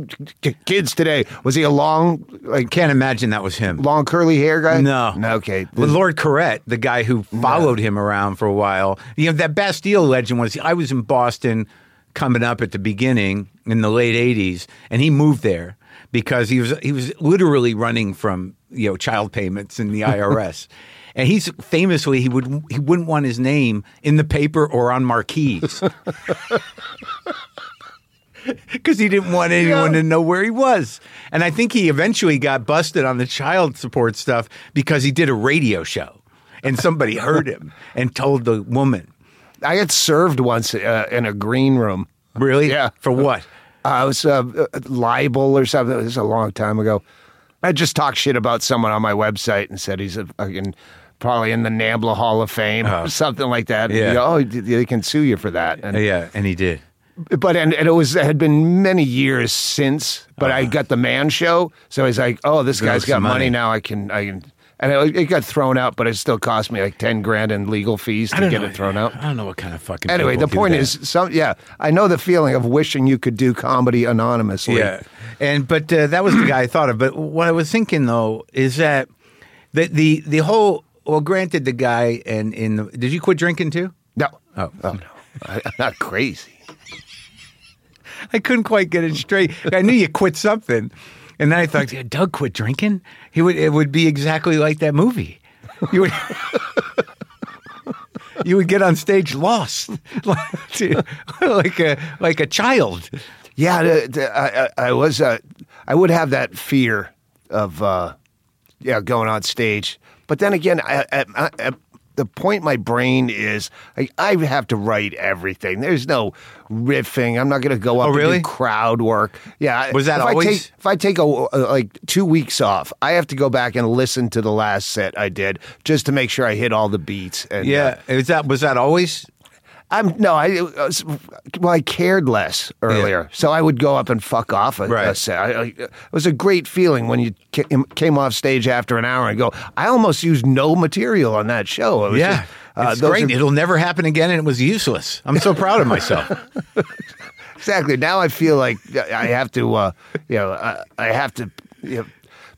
k- kids today. Was he a long, like,
Can't imagine that was him.
long curly hair guy?
No.
Okay.
Well, Lord Corrette, the guy who followed him around for a while, you know, that Bastille legend was I was in Boston coming up at the beginning in the late 80s, and he moved there because he was he was literally running from, you know, child payments and the IRS. And he's famously he would he wouldn't want his name in the paper or on marquees. because he didn't want anyone to know where he was. And I think he eventually got busted on the child support stuff because he did a radio show and somebody heard [laughs] him and told the woman,
I got served once uh, in a green room.
Really?
Yeah.
For what?
I was uh, libel or something. It was a long time ago. I just talked shit about someone on my website and said he's a fucking probably in the NAMBLA Hall of Fame or [laughs] something like that. And
Uh-huh. Yeah.
you go, oh, they can sue you for that. And,
Yeah, and he did.
But and, and it was it had been many years since. But I got the Man Show, so he's like, oh, this guy's
Uh-huh.
got
some
money.
money.
now. I can I can. And it, it got thrown out, but it still cost me like ten grand in legal fees to get it thrown out.
I don't know what kind of fucking.
Anyway,
people
the
do
point
that.
is, some yeah, I know the feeling of wishing you could do comedy anonymously.
Yeah, and but uh, that was the guy I thought of. But what I was thinking though is that the the the whole. Well, granted, the guy and in the, did you quit drinking too?
No.
Oh.
[laughs] no. I, am not crazy.
I couldn't quite get it straight. I knew you quit something, and then I thought, "Yeah, Doug quit drinking. He would. It would be exactly like that movie. You would. [laughs] you would get on stage lost, [laughs] like like a like a child.
Yeah, the, the, I, I, I was. Uh, I would have that fear of, uh, yeah, going on stage. But then again, I, I, I, at the point my brain is, I, I have to write everything. There's no riffing. I'm not going to go up
Oh, really?
and do crowd work. Yeah, I-
Was that
if
always-
I take, if I take a, uh, like two weeks off, I have to go back and listen to the last set I did just to make sure I hit all the beats. And uh,
Yeah, is that was that always?
I'm no, I uh, well, I cared less earlier, so I would go up and fuck off. A,
Right.
a set. I, I, it was a great feeling when you ca- came off stage after an hour and go, I almost used no material on that show. It was
Yeah,
just, uh,
it's
those
great.
are-
It'll never happen again, and it was useless. I'm so proud of myself.
exactly. Now I feel like I have to, uh, you know, I, I have to. You know,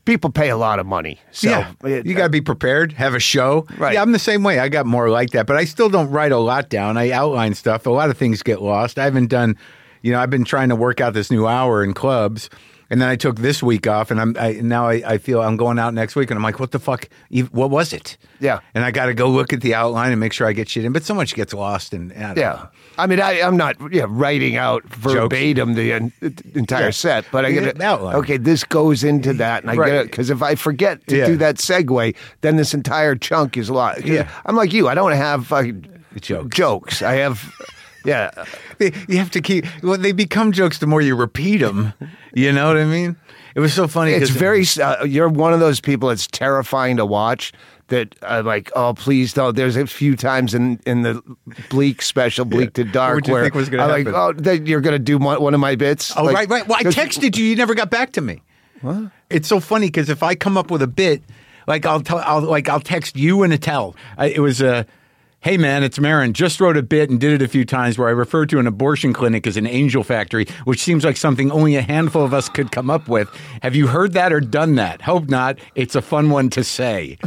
people pay a lot of money, so
yeah.
it-
you got to be prepared, have a show.
Right.
Yeah, I'm the same way. I got more like that, but I still don't write a lot down. I outline stuff. A lot of things get lost. I haven't done, you know, I've been trying to work out this new hour in clubs. And then I took this week off, and I'm I, now I, I feel I'm going out next week, and I'm like, what the fuck? ev- What was it?
Yeah.
And I got to go look at the outline and make sure I get shit in. But so much gets lost, and, and I don't know.
Yeah. I mean, I, I'm not yeah, writing out verbatim the en- entire
Yeah.
set, but I
Yeah,
get
outline.
Okay, this goes into that, and I
Right.
get it because if I forget to
Yeah.
do that segue, then this entire chunk is lost.
Yeah.
I'm like you. I don't have fucking
Jokes.
jokes. I have,
[laughs]
yeah.
They, you have to keep. Well, they become jokes the more you repeat them. You know what I mean? It was so funny.
It's
'cause-
very. Uh, you're one of those people. It's terrifying to watch. That uh, like, oh please don't. There's a few times in in the bleak special, bleak to dark,
What'd you
where
think was gonna
I'm like, oh,
happen?
that you're gonna do my, one of my bits.
Oh,
Like,
right, right. Well, I
'cause-
texted you. You never got back to me. What? It's so funny because if I come up with a bit, like I'll tell, I'll like I'll text you and Attell. I, it was a, hey man, it's Marin. Just wrote a bit and did it a few times where I referred to an abortion clinic as an angel factory, which seems like something only a handful of us could come up with. Have you heard that or done that? Hope not. It's a fun one to say.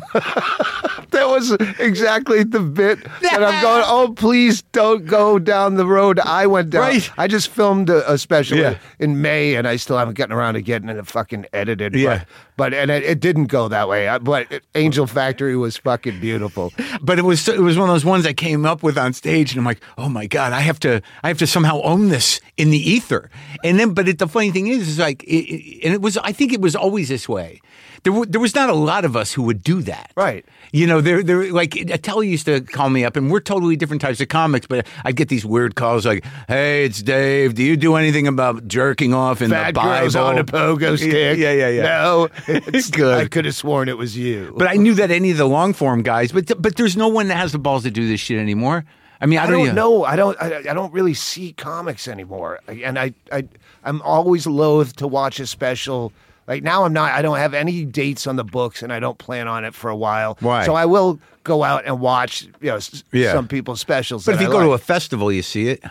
That was exactly the bit that I'm
[laughs]
going, oh, please don't go down the road I went down.
Right.
I just filmed a, a special
Yeah.
in May and I still haven't gotten around to getting it fucking edited.
Yeah.
But, but and it, it didn't go that way. I, but Angel Factory was fucking beautiful.
but it was so- it was one of those ones I came up with on stage, and I'm like, oh my god, I have to I have to somehow own this in the ether. And then, but it, the funny thing is, is like, it, it, and it was I think it was always this way. There, w- there was not a lot of us who would do that,
Right.
You know, there, there, like Attell used to call me up, and we're totally different types of comics. But I'd get these weird calls like, "Hey, it's Dave. Do you do anything about jerking off in the
Bad
Bible?"
girls on a pogo stick.
[laughs] yeah, yeah, yeah.
No, it's
[laughs] Good.
good. I could have sworn it was you.
But I knew that any of the long form guys, but but there's no one that has the balls to do this shit anymore. I mean, I
I
don't,
don't
even-
know. I don't. I, I don't really see comics anymore, and I, I, I'm always loath to watch a special Like now, I'm not. I don't have any dates on the books, and I don't plan on it for a while.
Why?
So I will go out and watch, you know, s-
Yeah.
some people's specials.
But if
that
you
I
go
like.
to a festival, you see it,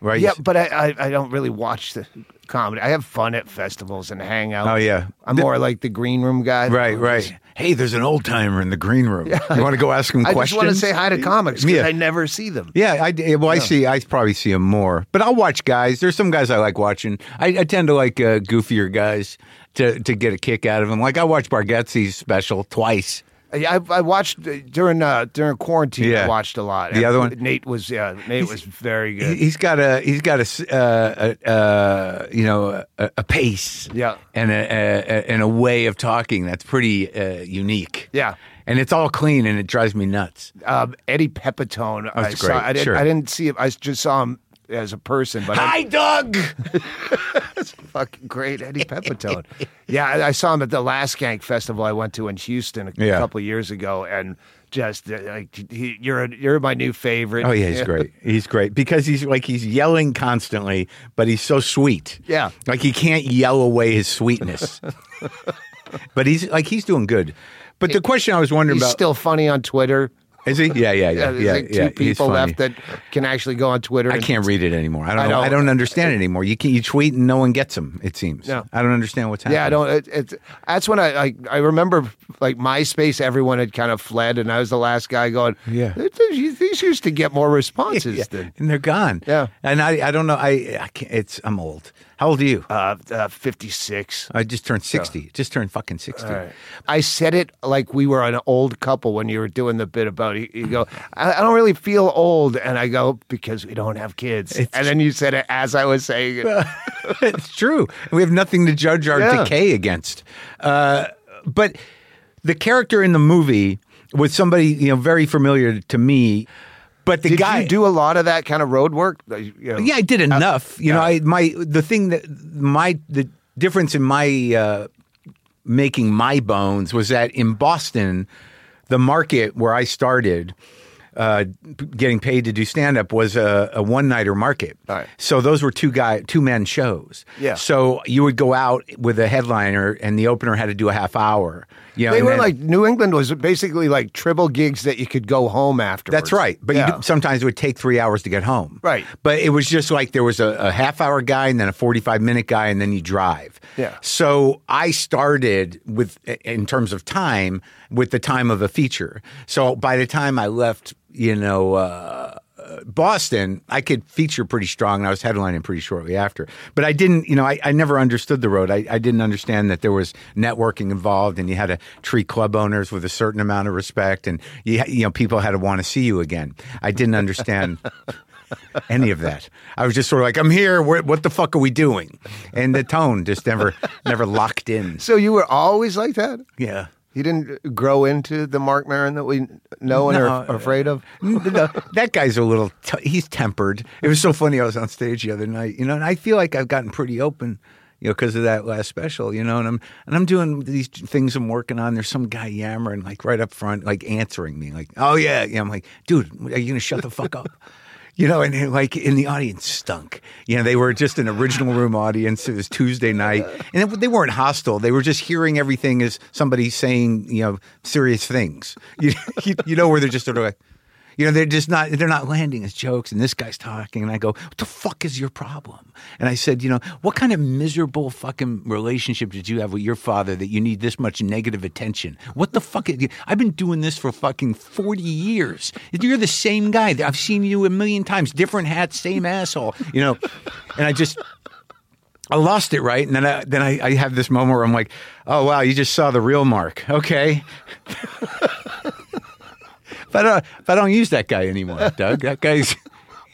right? You
yeah,
s-
but I, I I don't really watch the comedy. I have fun at festivals and hang out.
Oh, yeah.
I'm more like the green room guy.
Right, right. Hey, there's an old timer in the green room. You want to go ask him [laughs]
I
questions?
just want to say hi to comics because
Yeah.
I never see them.
Yeah, I d- well, I see. I probably see them more, but I'll watch guys. There's some guys I like watching. I, I tend to like uh, goofier guys to to get a kick out of them. Like I watched Bargatze's special twice.
I, I watched uh, during uh, during quarantine.
Yeah.
I watched a lot.
The
And
other one?
Nate was yeah. Nate was very
He-
good.
He's got a he's got a, s- uh, a, uh you know a, a pace
Yeah.
and a, a, a and a way of talking that's pretty uh, unique
Yeah.
and it's all clean and it drives me nuts
Um, Eddie Pepitone. I
Oh, That's
saw.
great.
I didn't.
Sure.
I didn't see him. I just saw him as a person. But I,
hi Doug
[laughs] fucking great, Eddie
[laughs]
Pepitone. yeah, I, I saw him at the Last Gank Festival I went to in Houston a
Yeah.
couple years ago, and just uh, like he, you're a, you're my new favorite.
oh yeah he's great he's great because he's like he's yelling constantly but he's so sweet
Yeah.
like he can't yell away
[laughs]
his sweetness but he's like he's doing good but the question I was wondering
He's
about
still funny on Twitter.
is he yeah yeah yeah
Yeah,
yeah,
there's
yeah,
like two
he's
people
funny.
left that can actually go on Twitter.
I
and-
can't read it anymore. I don't.
I
know.
know.
I don't understand it anymore. You can, you tweet and no one gets them. It seems.
No.
I don't understand what's happening.
Yeah, I don't. It, it's that's when I like. I remember like MySpace. Everyone had kind of fled, and I was the last guy going.
Yeah.
these these used to get more responses
Yeah.
than
And they're gone.
Yeah.
And I, I don't know. I, I can't, it's I'm old. How old are you?
uh, uh, fifty six.
I just turned sixty. Just turned fucking sixty.
I said it like we were an old couple when you were doing the bit about you, you go, I, I don't really feel old. And I go, because we don't have kids.
It's-
and then you said it as I was saying it.
[laughs] it's true. We have nothing to judge our
Yeah.
decay against. Uh, but the character in the movie was somebody you know very familiar to me. But the
Did
guy
you do a lot of that kind of road work? Like, you know,
Yeah, I did enough. you know, I my the thing that my the difference in my uh, making my bones was that in Boston, the market where I started. Uh, p- getting paid to do stand up was a, a one nighter market.
Right.
So those were two guy two men shows.
Yeah.
So you would go out with a headliner and the opener had to do a half hour. You know,
They
and
were
then-
like New England was basically like triple gigs that you could go home after.
That's right. But you
Yeah.
do, sometimes it would take three hours to get home.
Right.
But it was just like there was a, a half hour guy and then a 45 minute guy and then you drive.
Yeah.
So I started with, in terms of time, with the time of a feature. So by the time I left, you know, uh, Boston, I could feature pretty strong, and I was headlining pretty shortly after. But I didn't, you know, I, I never understood the road. I, I didn't understand that there was networking involved, and you had to treat club owners with a certain amount of respect, and you, ha- you know, people had to want to see you again. I didn't understand. [laughs] Any of that? I was just sort of like, I'm here. What what the fuck are we doing? And the tone just never, never locked in.
so you were always like that?
Yeah.
You didn't grow into the Mark Maron that we know and are
No.
are afraid of?
No, [laughs] no, that guy's a little t- he's tempered it was so funny i was on stage the other night you know and i feel like i've gotten pretty open you know because of that last special you know and i'm and i'm doing these things i'm working on there's some guy yammering like right up front like answering me like oh yeah yeah i'm like dude are you gonna shut the fuck up [laughs] You know, and, and like in the audience stunk. You know, they were just an original room audience. It was Tuesday night, and it, they weren't hostile. They were just hearing everything as somebody saying, you know, serious things. [laughs] You, you, you know, where they're just sort of like, you know, they're just not they're not landing as jokes. And this guy's talking, and I go, "What the fuck is your problem?" And I said, "You know, what kind of miserable fucking relationship did you have with your father that you need this much negative attention? What the fuck? Is, I've been doing this for fucking forty years. You're the same guy. I've seen you a million times, different hat, same asshole. You know." And I just I lost it right, and then I then I, I have this moment where I'm like, oh wow, you just saw the real Mark, okay? but uh, but I don't use that guy anymore, Doug. That guy's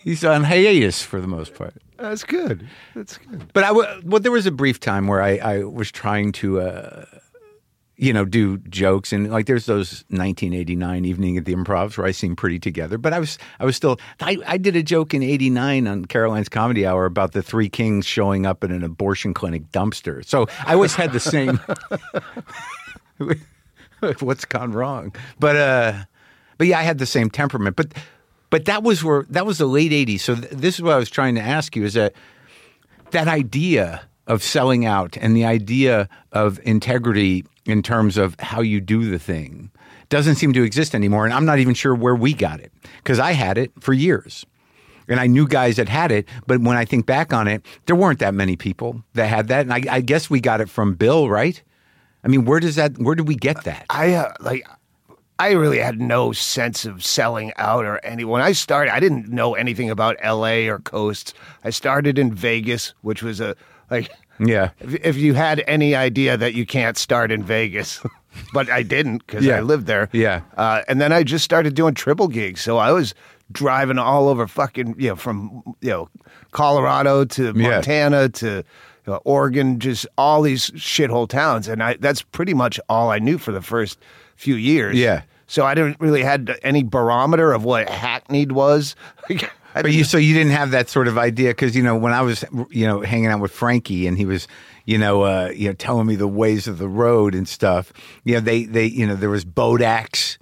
he's on hiatus for the most part.
That's good. That's good.
But I w- well, there was a brief time where I, I was trying to, uh, you know, do jokes and like there's those 1989 evening at the Improvs where I seemed pretty together. But I was I was still I, I did a joke in '89 on Caroline's Comedy Hour about the three kings showing up in an abortion clinic dumpster. So I always had the same. [laughs] What's gone wrong? But uh, but yeah, I had the same temperament. But but that was where that was the late '80s. So th- this is what I was trying to ask you: is that that idea of selling out and the idea of integrity in terms of how you do the thing doesn't seem to exist anymore. And I'm not even sure where we got it because I had it for years. And I knew guys that had it, but when I think back on it, there weren't that many people that had that. And I, I guess we got it from Bill, right? I mean, where does that? Where do we get that?
I uh, like. I really had no sense of selling out or any. When I started, I didn't know anything about L.A. or coasts. I started in Vegas, which was a like.
Yeah.
If, if you had any idea that you can't start in Vegas, [laughs] but I didn't because
Yeah.
I lived there.
Yeah.
Uh, and then I just started doing triple gigs, so I was driving all over fucking you know from you know Colorado to
Yeah.
Montana to you know, Oregon, just all these shithole towns, and I that's pretty much all I knew for the first few years.
Yeah.
So I didn't really had any barometer of what hackneyed was. [laughs] I
But you, so you didn't have that sort of idea because you know when I was you know hanging out with Frankie and he was you know uh, you know telling me the ways of the road and stuff. You know they they you know there was boat acts.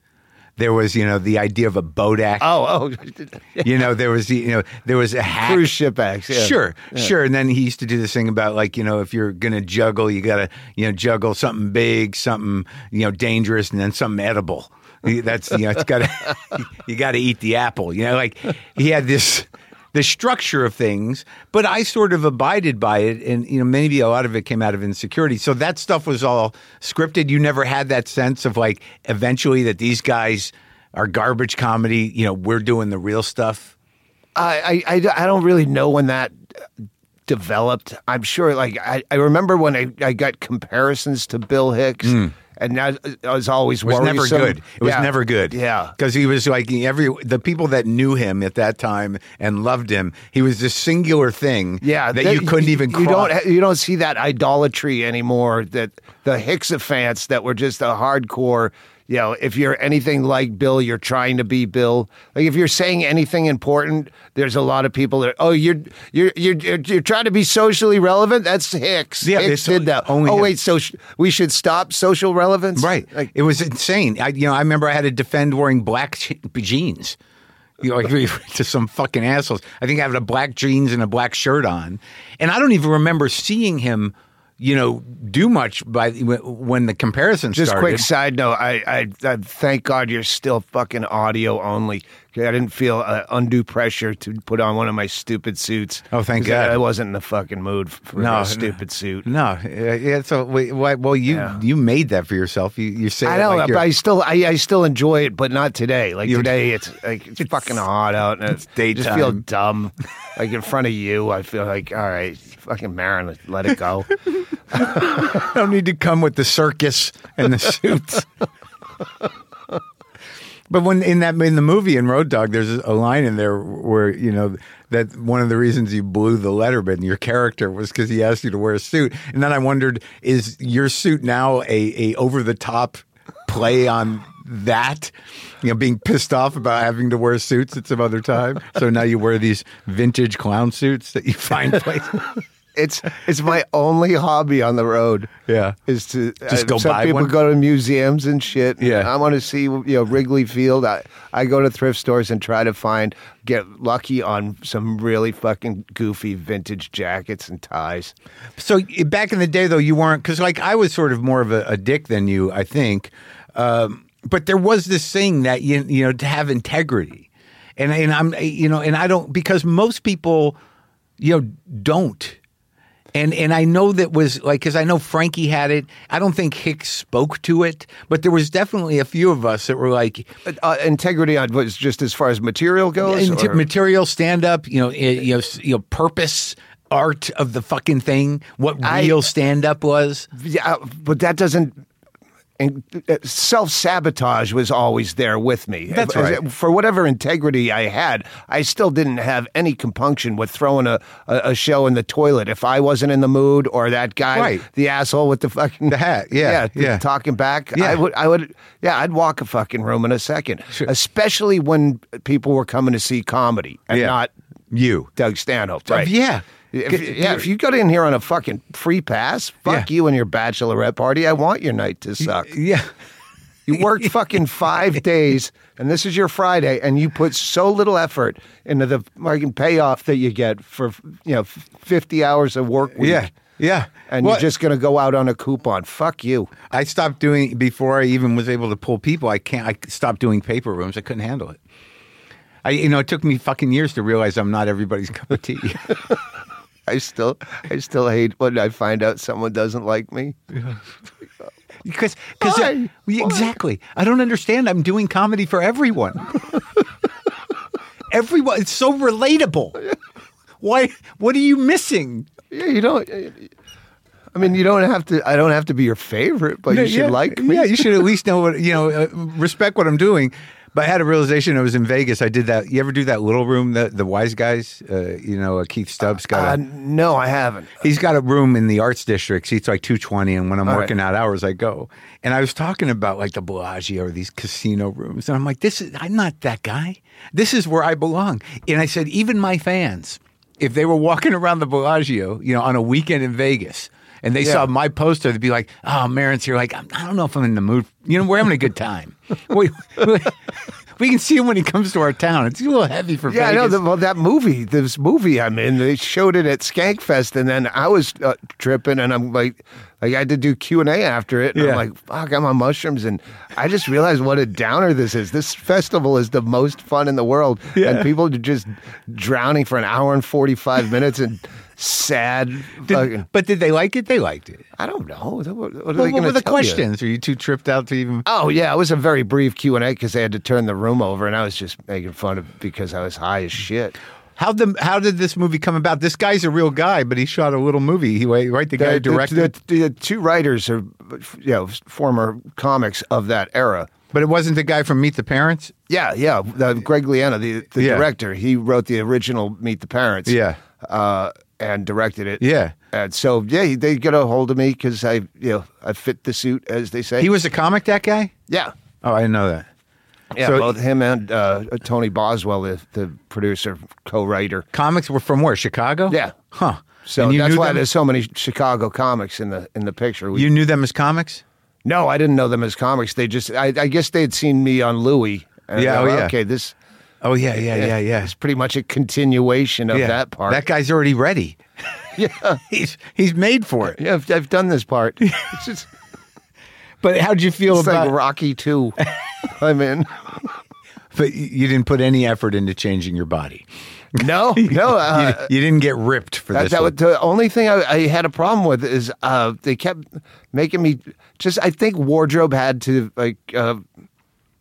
There was you know the idea of a boat act.
oh [laughs] oh
You know there was the- you know there was a hack.
cruise ship acts. Yeah.
Sure, sure. And then he used to do this thing about like you know if you're gonna juggle, you gotta you know juggle something big, something you know dangerous, and then something edible. That's you know it's gotta [laughs] you gotta eat the apple. You know, like he had this the structure of things, but I sort of abided by it, and you know maybe a lot of it came out of insecurity. So that stuff was all scripted. You never had that sense of like eventually that these guys are garbage comedy. You know, we're doing the real stuff.
I, I, I- I don't really know when that developed. I'm sure, like, I, I remember when I, I got comparisons to Bill Hicks, and that I was always
Hmm. was
worrisome.
never good. It was
Yeah.
never good.
Yeah.
because he was like every the people that knew him at that time and loved him. He was this singular thing.
Yeah,
that you couldn't even.
You
cross.
don't you don't see that idolatry anymore. That the Hicksophants that were just a hardcore. You know, if you're anything like Bill, you're trying to be Bill. Like if you're saying anything important, there's a lot of people that oh you're you're you're you're, you're trying to be socially relevant. That's Hicks.
Yeah,
Hicks
it's
did that.
only
oh
him.
wait, so sh- we should stop social relevance.
Right.
Like,
it was insane. I, you know, I remember I had to defend wearing black je- jeans. You know, [laughs] like to some fucking assholes. I think I had a black jeans and a black shirt on, and I don't even remember seeing him. You know, do much by when the comparison
Just
started.
quick side note, I, I, I thank God you're still fucking audio only. 'Kay, I didn't feel uh, undue pressure to put on one of my stupid suits.
Oh, thank
'Cause I-
God.
I, wasn't in the fucking mood for
No,
no,
no.
a stupid suit.
No, uh, yeah. So, wait, why, well, you you made that for yourself. You you say
I
that
know,
like
but
you're-
I still, I, I still enjoy it, but not today. Like
You-
today, it's like it's, fucking hot out, and it's I just feel
daytime.
dumb. like in front of you, I feel like all right, fucking Marin, let it
[laughs]
go.
I [laughs] don't need to come with the circus and the suits. but when in that in the movie in Road Dog, there's a line in there where you know that one of the reasons you blew the Letterman your character was because he asked you to wear a suit, and then I wondered is your suit now a a over the top play on that you know being pissed off about having to wear suits at some other time so now you wear these vintage clown suits that you find places
It's it's my only hobby on the road.
Yeah.
is to uh,
Just go
some
buy
people
one?
go to museums and shit. and
Yeah.
I want to see you know Wrigley Field. I I go to thrift stores and try to find get lucky on some really fucking goofy vintage jackets and ties.
So i- back in the day, though, you weren't because like I was sort of more of a, a dick than you, I think. Um, but there was this thing that you you know to have integrity, and and I'm you know and I don't because most people you know don't. And and I know that was like because I know Frankie had it. I don't think Hicks spoke to it, but there was definitely a few of us that were like
Uh, integrity on was just as far as material goes.
Int-
or-
material stand up. You know, i- you know, s- you know, purpose, art of the fucking thing. What
I-
real stand up was.
yeah, uh, but that doesn't. And self sabotage was always there with me.
That's
As-
right.
For whatever integrity I had, I still didn't have any compunction with throwing a, a, a show in the toilet if I wasn't in the mood or that guy,
Right.
the asshole with the fucking
The hat, yeah,
yeah,
yeah.
talking back.
Yeah.
I would, I would, yeah, I'd walk a fucking room in a second, especially when people were coming to see comedy and
Yeah.
not
You.
Doug Stanhope, right?
yeah.
If,
Get-
yeah, if you got in here on a fucking free pass, fuck
Yeah.
you and your bachelorette party. I want your night to suck.
Yeah.
You worked fucking five days, and this is your Friday, and you put so little effort into the fucking payoff that you get for you know fifty hours of work week.
Yeah. Yeah.
and
Well,
you're just going to go out on a coupon. Fuck you.
I stopped doing before I even was able to pull people. I can't. I stopped doing paper rooms. I couldn't handle it. I, you know, it took me fucking years to realize I'm not everybody's [laughs] cup of tea.
I still, I still hate when I find out someone doesn't like me.
Because, because
Why? Why?
exactly. I don't understand. I'm doing comedy for [laughs] everyone. everyone. It's so relatable. Why? What are you missing?
Yeah, you don't. I mean, you don't have to. I don't have to be your favorite, but you should
yeah,
like me.
Yeah, you should at least know what you know. Uh, respect what I'm doing. But I had a realization. I was in Vegas. I did that. You ever do that little room? The the wise guys. Uh, you know, uh, Keith Stubbs got.
Uh,
a-
no, I haven't.
He's got a room in the arts district, seats like 220. And when I'm
All right.
working out hours, I go. And I was talking about like the Bellagio or these casino rooms. And I'm like, this is, I'm not that guy. This is where I belong. And I said, even my fans, if they were walking around the Bellagio, you know, on a weekend in Vegas, and they
Yeah.
saw my poster, they'd be like, oh, Marin's here. Like, I'm- I don't know if I'm in the mood. You know, we're having a good time. [laughs] we, we, we can see him when he comes to our town. It's a little heavy for
Yeah, I know.
Vegas.
The, well, that movie, this movie I'm in, they showed it at Skankfest, and then I was uh, tripping, and I'm like, like I had to do Q and A after it, and
Yeah.
I'm like, fuck, I'm on mushrooms, and I just realized what a downer this is. This festival is the most fun in the world, and people are just drowning for an hour and forty five minutes and sad. fucking,
Did- but did they like it? They liked it.
I don't know. What, what are
Well,
they
what
going
were
to
the questions? Are you too tripped out to even?
Oh yeah, it was a very brief Q and A because they had to turn the room over, and I was just making fun of because I was high as shit.
How the how did this movie come about? This guy's a real guy, but he shot a little movie. He right, the guy who directed, it,
The, the- the two writers are, you know, former comics of that era.
but it wasn't the guy from Meet the Parents.
Yeah, yeah. The, Greg Liana, the, the
Yeah.
director, he wrote the original Meet the Parents.
Yeah.
uh, and directed it.
Yeah.
and so yeah, they got a hold of me because I, you know, I fit the suit as they say.
He was a comic. That guy.
yeah.
Oh, I didn't know that.
Yeah,
So-
both him and uh, Tony Boswell, the, the producer, co-writer.
Comics were from where? Chicago.
Yeah.
Huh.
So
And you
that's
knew
why
them,
there's so many Chicago comics in the in the picture. We,
you knew them as comics.
no, I didn't know them as comics. They just I, I guess they had seen me on Louie. And I
Yeah, oh,
went,
yeah.
Okay, this eh,
Oh yeah, yeah, yeah, yeah.
It's pretty much a continuation of
yeah.
that part.
That guy's already ready.
[laughs] yeah,
[laughs] he's he's made for it.
yeah, I've, I've done this
[laughs]
part. It's just
But how would you feel
it's
about?
like Rocky
[laughs]
Two. I'm in.
but you- you didn't put any effort into changing your body.
No, no. Uh,
you, you didn't get ripped for
That,
this.
that
one.
was the only thing I, I had a problem with is uh, they kept making me just. I think wardrobe had to like uh,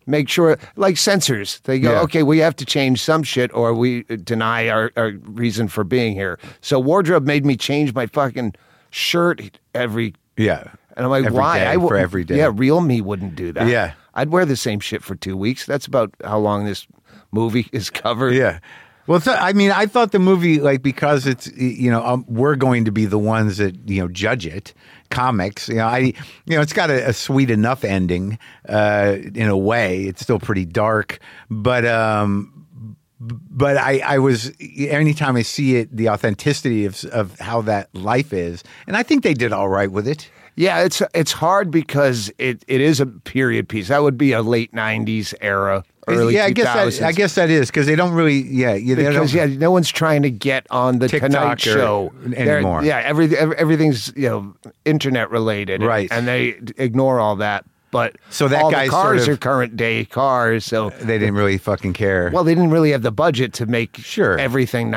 make sure, like censors. They go,
Yeah.
okay, we have to change some shit, or we deny our, our reason for being here. So wardrobe made me change my fucking shirt every.
yeah.
And I'm like,
Every
why?
day,
I wou-
for every day.
Yeah, real me wouldn't do that.
Yeah.
I'd wear the same shit for two weeks. That's about how long this movie [laughs] is covered.
Yeah. Well, th- I mean, I thought the movie, like, because it's, y- you know, um, we're going to be the ones that, you know, judge it, comics. You know, I, you know, it's got a, a sweet enough ending uh, in a way. It's still pretty dark, but, um, but I, I was anytime I see it, the authenticity of of how that life is, and I think they did all right with it.
Yeah, it's it's hard because it, it is a period piece. That would be a late '90s era, early
yeah, I
2000s.
guess that, I guess that is because they don't really, yeah, you they
because
don't,
yeah, no one's trying to get on the
TikTok
Tonight
or-
Show They're-
anymore.
yeah, every, every- everything's you know internet related,
Right.
And they ignore all that. But
So that
all the
guy's
cars
sort of-
are current day cars, so
they didn't really fucking care.
well, they didn't really have the budget to make
Sure.
everything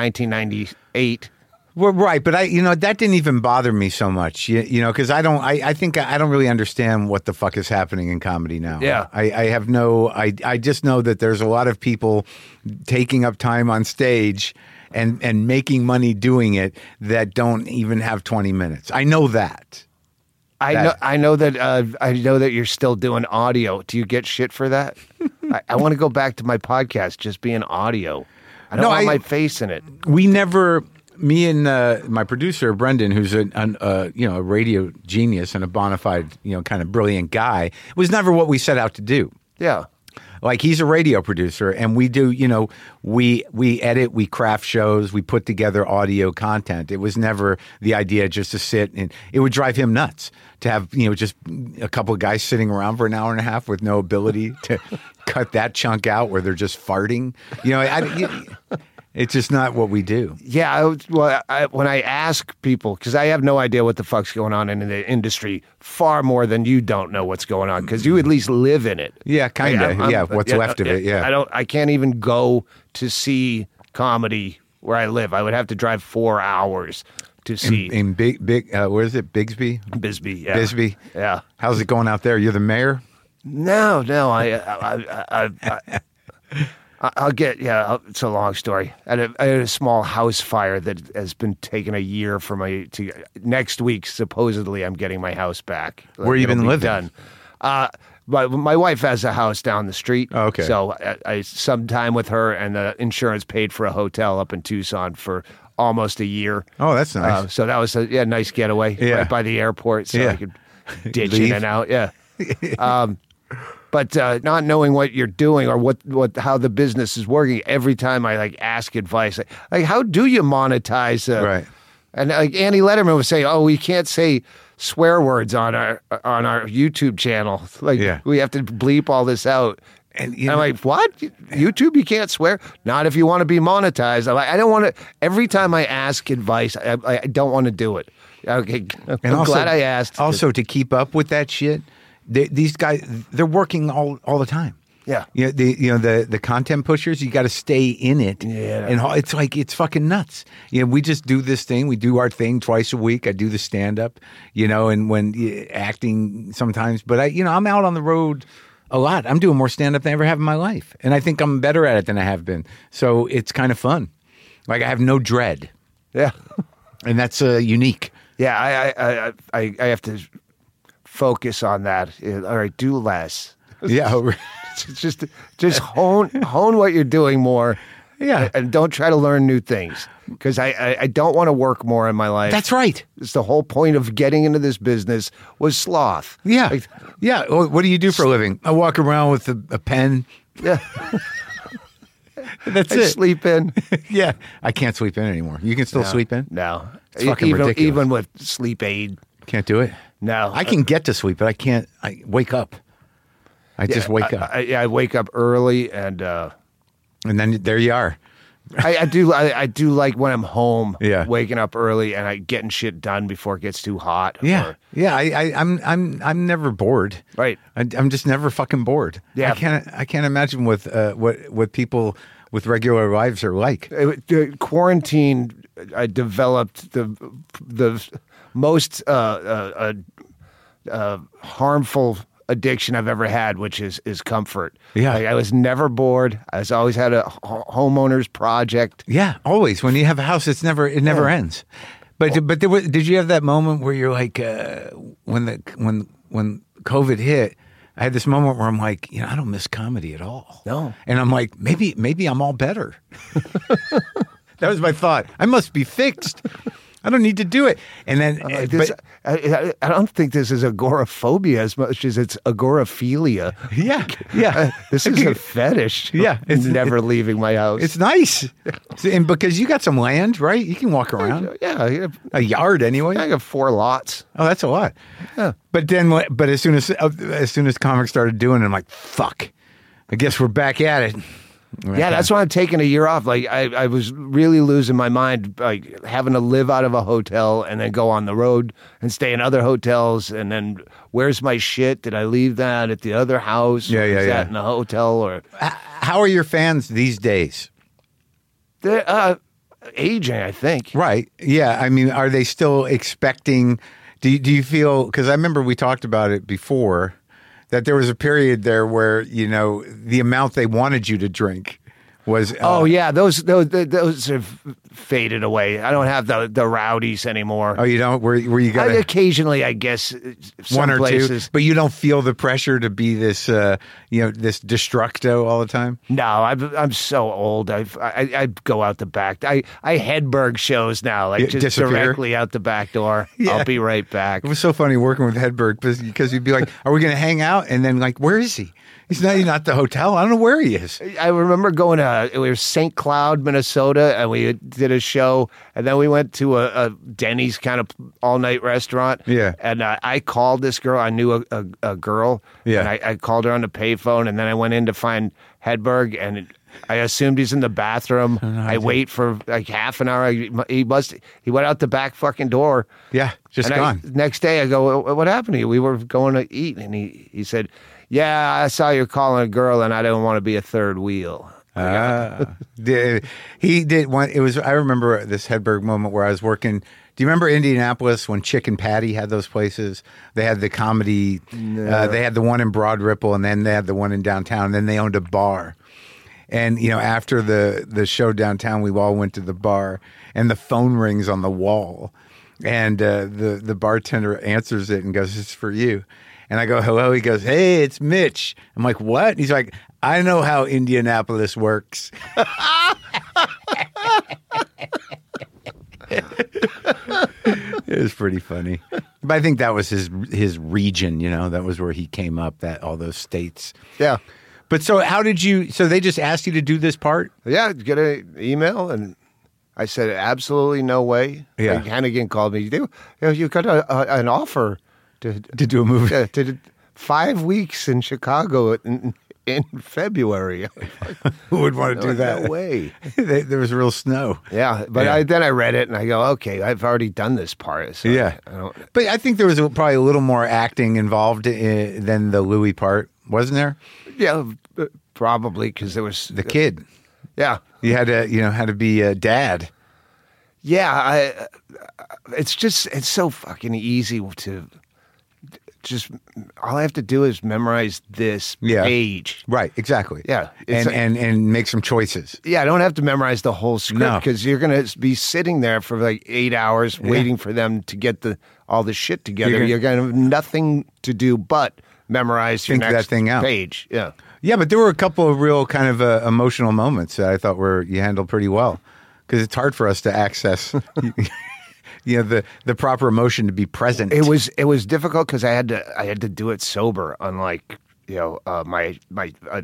1998.
Well, right, but I, you know, that didn't even bother me so much, you, you know, because I don't, I, I think I, I don't really understand what the fuck is happening in comedy now.
Yeah.
I, I have no, I, I just know that there's a lot of people taking up time on stage and and making money doing it that don't even have 20 minutes. I know that.
I
That-
know. I know that. Uh, I know that you're still doing audio. Do you get shit for
[laughs]
that? I, I want to go back to my podcast, just being audio. I don't
No,
want
I-
my face in it.
we never me and uh, my producer Brendan, who's an, an uh, you know a radio genius and a bona fide you know kind of brilliant guy, was never what we set out to do.
Yeah.
Like he's a radio producer, and we do you know we we edit, we craft shows, we put together audio content. It was never the idea just to sit and it would drive him nuts to have you know just a couple of guys sitting around for an hour and a half with no [laughs] ability to cut that chunk out where they're just farting. You know, I. It's just not what we do.
Yeah, I, was- well, I, when I ask people, because I have no idea what the fuck's going on in the industry, far more than you don't know what's going on, because you at least live in it.
Yeah, kinda.
I- I'm- I'm-
Yeah, what's left of it, yeah.
I don't. I can't even go to see comedy where I live. I would have to drive four hours to see
In big, big, uh, where is it? Bigsby,
Bisbee. Yeah.
Bisbee.
Yeah.
How's it going out there? You're the mayor.
No, no. I, I, I, I, I, I I'll get. Yeah, I'll, it's a long story. I had, a, I had a small house fire that has been taking a year for my. To, next week, supposedly, I'm getting my house back.
Where you
It'll
been
be
living?
Done. Uh, my my wife has a house down the street.
Oh, Okay.
So I, I some time with her, and the insurance paid for a hotel up in Tucson for almost a year.
Oh, that's nice.
Uh, so that was a yeah, nice getaway
Yeah.
right by the airport, so
Yeah.
I could [laughs] ditch
Leave.
in and out.
[laughs]
Yeah. um, but uh, not knowing what you're doing or what, what how the business is working, every time I like ask advice, like, like, how do you monetize? Uh,
Right.
And like Andy Letterman would say, "Oh, we can't say swear words on our on our YouTube channel. [laughs] Like
Yeah.
we have to bleep all this out."
And,
And,
you
I'm
know-
like, "What? YouTube? You can't swear? Not if you want to be monetized." I'm like, "I don't want to." Every time I ask advice, I, I I don't want to do it. Okay, I'm
and also,
glad I asked.
Also, to keep up with that shit, they, these guys they're working all all the time.
Yeah.
you know, the you know the the content pushers. You got to stay in it.
Yeah.
and ho- it's like it's fucking nuts. You know, we just do this thing. We do our thing twice a week. I do the stand up. You know, and when eh, acting sometimes, but I you know I'm out on the road. A lot. I'm doing more stand up than I ever have in my life. And I think I'm better at it than I have been. So it's kind of fun. Like I have no dread.
yeah.
And that's uh, unique.
Yeah, I I, I I I have to focus on that. Uh, All right, do less. [laughs]
Yeah.
just just hone hone what you're doing more.
Yeah.
and don't try to learn new things because I, I I don't want to work more in my life.
That's right.
It's the whole point of getting into this business was sloth.
Yeah.
Like,
yeah. Well, what do you do for a living? I walk around with a, a pen.
yeah.
That's
I sleep in.
[laughs] yeah. I can't sleep in anymore. You can still sleep in?
No,
It's fucking
E- even
ridiculous.
even with sleep aid.
Can't do it.
No,
I can get to sleep, but I can't. I wake up. I just wake
I,
up.
I, yeah, Uh, I wake up early and. uh
and then there you are.
I, I do. I, I do like when I'm home.
Yeah.
waking up early and I getting shit done before it gets too hot.
Yeah.
or-
yeah. I, I, I'm, I'm, I'm never bored.
Right.
I, I'm just never fucking bored.
Yeah.
I can't, I can't imagine with, uh, what, what people with regular lives are like.
It- the quarantine, I developed the the most uh, uh, uh, uh, harmful addiction I've ever had, which is is comfort.
Yeah.
Like, I was never bored. I was always had a ho- homeowner's project.
Yeah, always. When you have a house, it's never it never ends. But but there was, did you have that moment where you're like uh, when the when when COVID hit, I had this moment where I'm like, you know, I don't miss comedy at all.
No.
and I'm like, maybe maybe I'm all better. [laughs] that was my thought. I must be fixed. I don't need to do it. And then,
Like
but
Uh, this, I, I I don't think this is agoraphobia as much as it's agoraphilia. Uh,
yeah, [laughs] yeah,
This is a fetish.
[laughs] Yeah, it's-
it's never leaving my house.
it's nice. So- And because you got some land, right? You
[laughs]
can walk around
yeah, yeah,
a yard anyway.
I got four lots.
Oh, that's a lot. But then, what- but as soon as uh, as soon as comics started doing it, I'm like, fuck. I guess we're back at it.
Yeah, that's why I'm taking a year off. Like I, I was really losing my mind, like having to live out of a hotel and then go on the road and stay in other hotels. And then where's my shit? Did I leave that at the other house?
Yeah,
Or
yeah,
is
yeah.
That in the hotel or
How are your fans these days?
they're uh, aging? I think.
Right. Yeah. I mean, are they still expecting? Do you, do you feel? Because I remember we talked about it before that there was a period there where you know the amount they wanted you to drink was. Uh,
Oh yeah, those those those have faded away. I don't have the the rowdies anymore.
Oh, you don't. Where where you got
I, occasionally, I guess uh, some
one or
places.
two, but you don't feel the pressure to be this, uh, you know, this destructo all the time.
No, I'm I'm so old. I've, I I go out the back. I I Hedberg shows now,
You
like just
disappear?
directly out the back
[laughs]
door. I'll be right back.
It was so funny working with Hedberg because- because you'd be like, "Are we going to hang out?" And then like, "Where is he? He's not. He's not at the hotel. I don't know where he is."
uh, I remember going to we were St. Cloud, Minnesota, and we did did a show, and then we went to a, a Denny's kind of all night restaurant.
Yeah.
And uh, I called this girl. I knew a, a, a girl.
Yeah.
And I, I called her on the payphone, and then I went in to find Hedberg, and it, I assumed he's in the bathroom. I wait for like half an hour. I, he must. He went out the back fucking door.
Yeah, just
And I-
gone.
[laughs] next day, I go, "What- "What happened to you?" We were going to eat, and he he said, "Yeah, I saw you calling a girl, and I didn't want to be a third wheel."
Ah. Did- he did one. It was. I remember this Hedberg moment where I was working. Do you remember Indianapolis when Chicken Patty had those places? They had the comedy. Uh, they had the one in Broad Ripple, and then they had the one in downtown. And then they owned a bar. And you know, after the the show downtown, we all went to the bar, and the phone rings on the wall, and uh, the the bartender answers it and goes, "It's for you." And I go, "Hello." He goes, "Hey, it's Mitch." I'm like, "What?" He's like, "I know how Indianapolis works." [laughs] it was pretty funny, but I think that was his his region. You know, that was where he came up. That all those states.
Yeah,
But so how did you so they just asked you to do this part?
yeah. Get an email, and I said, "Absolutely no way."
Yeah.
Like, Hannigan called me. You, you got a, a, an offer to
To do a movie.
to, to five weeks in Chicago in, in February.
[laughs]
[laughs]
Who would want to
No,
do that?
No way.
[laughs] They- there was real snow.
Yeah, but
Yeah.
I, then I read it and I go, okay, I've already done this part. So
Yeah.
I don't,
But I think there was probably a little more acting involved i than the Louis part, wasn't there?
yeah, b- probably because there was
The kid.
yeah,
You had to, you know, had to be a dad.
yeah. I, uh, it's just it's so fucking easy to just all I have to do is memorize this
Yeah.
page.
Right, exactly.
Yeah, it's
And
a-
and and make some choices.
Yeah, I don't have to memorize the whole script
No.
because you're gonna be sitting there for like eight hours waiting for them to get the all the shit together.
gonna-
You're gonna, have nothing to do but memorize
Think
your
that
next
thing out.
page. Yeah.
Yeah, but there were a couple of real kind of uh, emotional moments that I thought were you handled pretty well because it's hard for us to access [laughs] you know the the proper emotion to be present.
It was it was difficult because I had to I had to do it sober, unlike you know uh, my my uh,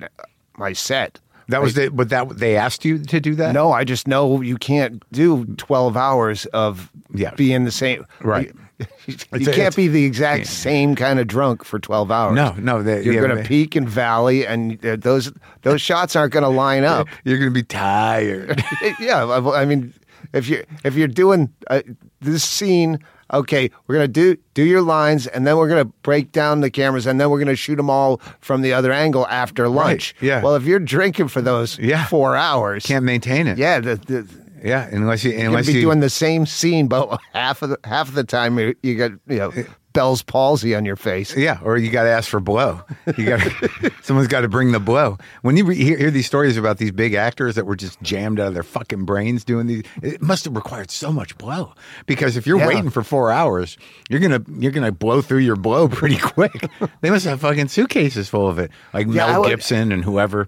my set.
That was the, but that they asked you to do that.
No, I just know you can't do twelve hours of
Yeah.
being the same.
Right.
You, you
[laughs] It's
can't
a- it's-
be the exact same kind of drunk for twelve hours.
No, no, they-
you're
yeah,
going
they-
to peak and valley, and uh, those those shots aren't going to line up.
you're gonna
[laughs]
be tired.
yeah, I I mean, if you if you're doing uh, this scene, okay, we're gonna do do your lines, and then we're gonna break down the cameras, and then we're gonna shoot them all from the other angle after lunch.
yeah.
Well, if you're drinking for those
Yeah.
four hours,
Can't maintain it.
yeah, the, the,
yeah. Unless you,
you're gonna
unless
be
you,
doing the same scene, but [laughs] half of the, half of the time you, you got you
Uh,
know Bell's palsy on your face.
yeah, or you got to ask for blow. You got [laughs] someone's got to bring the blow. When you re- hear, hear these stories about these big actors that were just jammed out of their fucking brains doing these, it must have required so much blow because if you're
Yeah.
waiting for four hours, you're gonna you're gonna blow through your blow [laughs] pretty quick. they must have fucking suitcases full of it, like
I
Mel
would-
Gibson and whoever.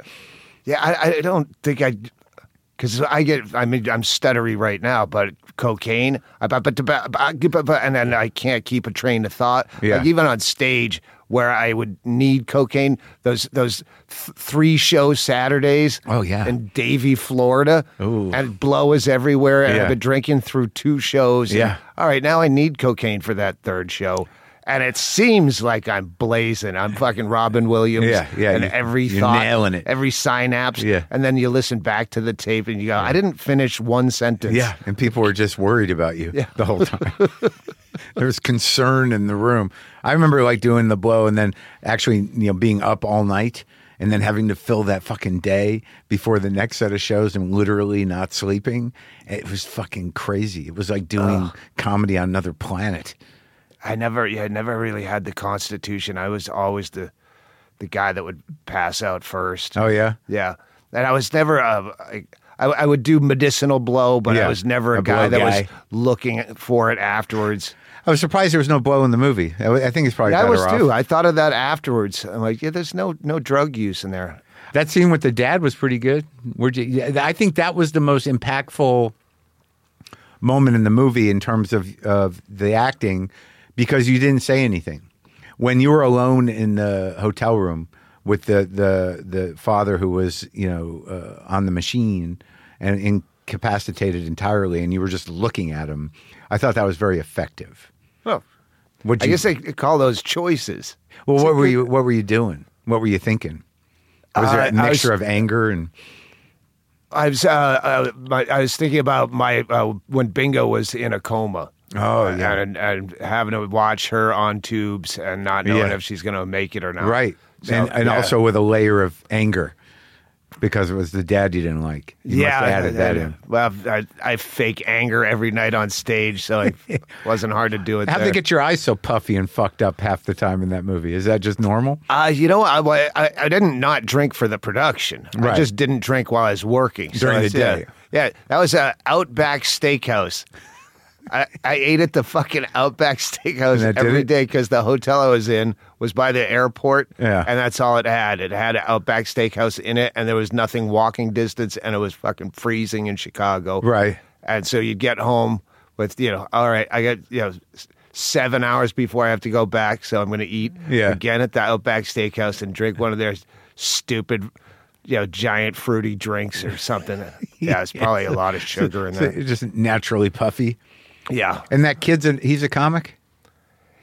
Yeah, I, I don't think I, because I get. I mean, I'm stuttery right now, but cocaine. I- But but but- but- but- but- and then I can't keep a train of thought.
Yeah.
Like even on stage where I would need cocaine, those those th- three show Saturdays.
Oh, yeah.
in Davie, Florida.
Ooh.
and blow is everywhere, and
Yeah.
I've been drinking through two shows. and,
Yeah.
all right, now I need cocaine for that third show. And it seems like I'm blazing. I'm fucking Robin Williams.
Yeah, yeah,
And
you-
every
you're
thought,
nailing it.
every synapse.
Yeah.
And then you listen back to the tape and you go, I didn't finish one sentence.
Yeah, and people were just worried about you the whole time.
[laughs]
there was concern in the room. I remember like doing the blow and then actually, you know, being up all night and then having to fill that fucking day before the next set of shows and literally not sleeping. It was fucking crazy. It was like doing comedy on another planet.
I never yeah, I never really had the constitution. I was always the the guy that would pass out first.
Oh yeah.
Yeah. And I was never uh, I, I I would do medicinal blow, but
Yeah,
I was never a,
a
guy
blow
that
guy.
was looking for it afterwards.
I was surprised there was no blow in the movie. I I think it's probably
Yeah, I
better
was
off.
too. I thought of that afterwards. I'm like, yeah, there's no no drug use in there.
That scene with the dad was pretty good. Where'd you, yeah, I think that was the most impactful moment in the movie in terms of, of the acting because you didn't say anything. When you were alone in the hotel room with the, the, the father who was, you know, uh, on the machine and in incapacitated entirely and you were just looking at him, I thought that was very effective.
Oh,
Would
I
you,
guess they call those choices.
well, what were you? What were you doing? What were you thinking? Was there
Uh,
a
I was-
mixture of anger and?
I was, uh, uh, my, I was thinking about my uh, when Bingo was in a coma.
Oh,
Uh,
yeah.
and, and having to watch her on tubes and not knowing
Yeah.
if she's going to make it or not.
Right.
So,
and and
yeah.
also with a layer of anger because it was the dad you didn't like. You must have added
I-
that
I-
in.
Well, I, I fake anger every night on stage, so
[laughs]
it wasn't hard to do it.
How'd
there.
they get your eyes so puffy and fucked up half the time in that movie? Is that just normal?
Uh, you know, I, I I didn't not drink for the production.
Right.
I just didn't drink while I was working
During the
it's, yeah.
day.
Yeah, that was a Outback Steakhouse. I, I ate at the fucking Outback Steakhouse
And that did
every
it?
day because the hotel I was in was by the airport,
Yeah.
and that's all it had. It had an Outback Steakhouse in it, and there was nothing walking distance, and it was fucking freezing in Chicago.
Right.
And so you'd get home with, you know, all right, I got, you know, s- seven hours before I have to go back. So I'm going to eat
Yeah.
again at the Outback Steakhouse and drink one of their stupid, you know, giant fruity drinks or
[laughs]
something. yeah, it's probably a lot of sugar in
So
there.
it's just naturally puffy.
Yeah.
And that kid's an, he's a comic?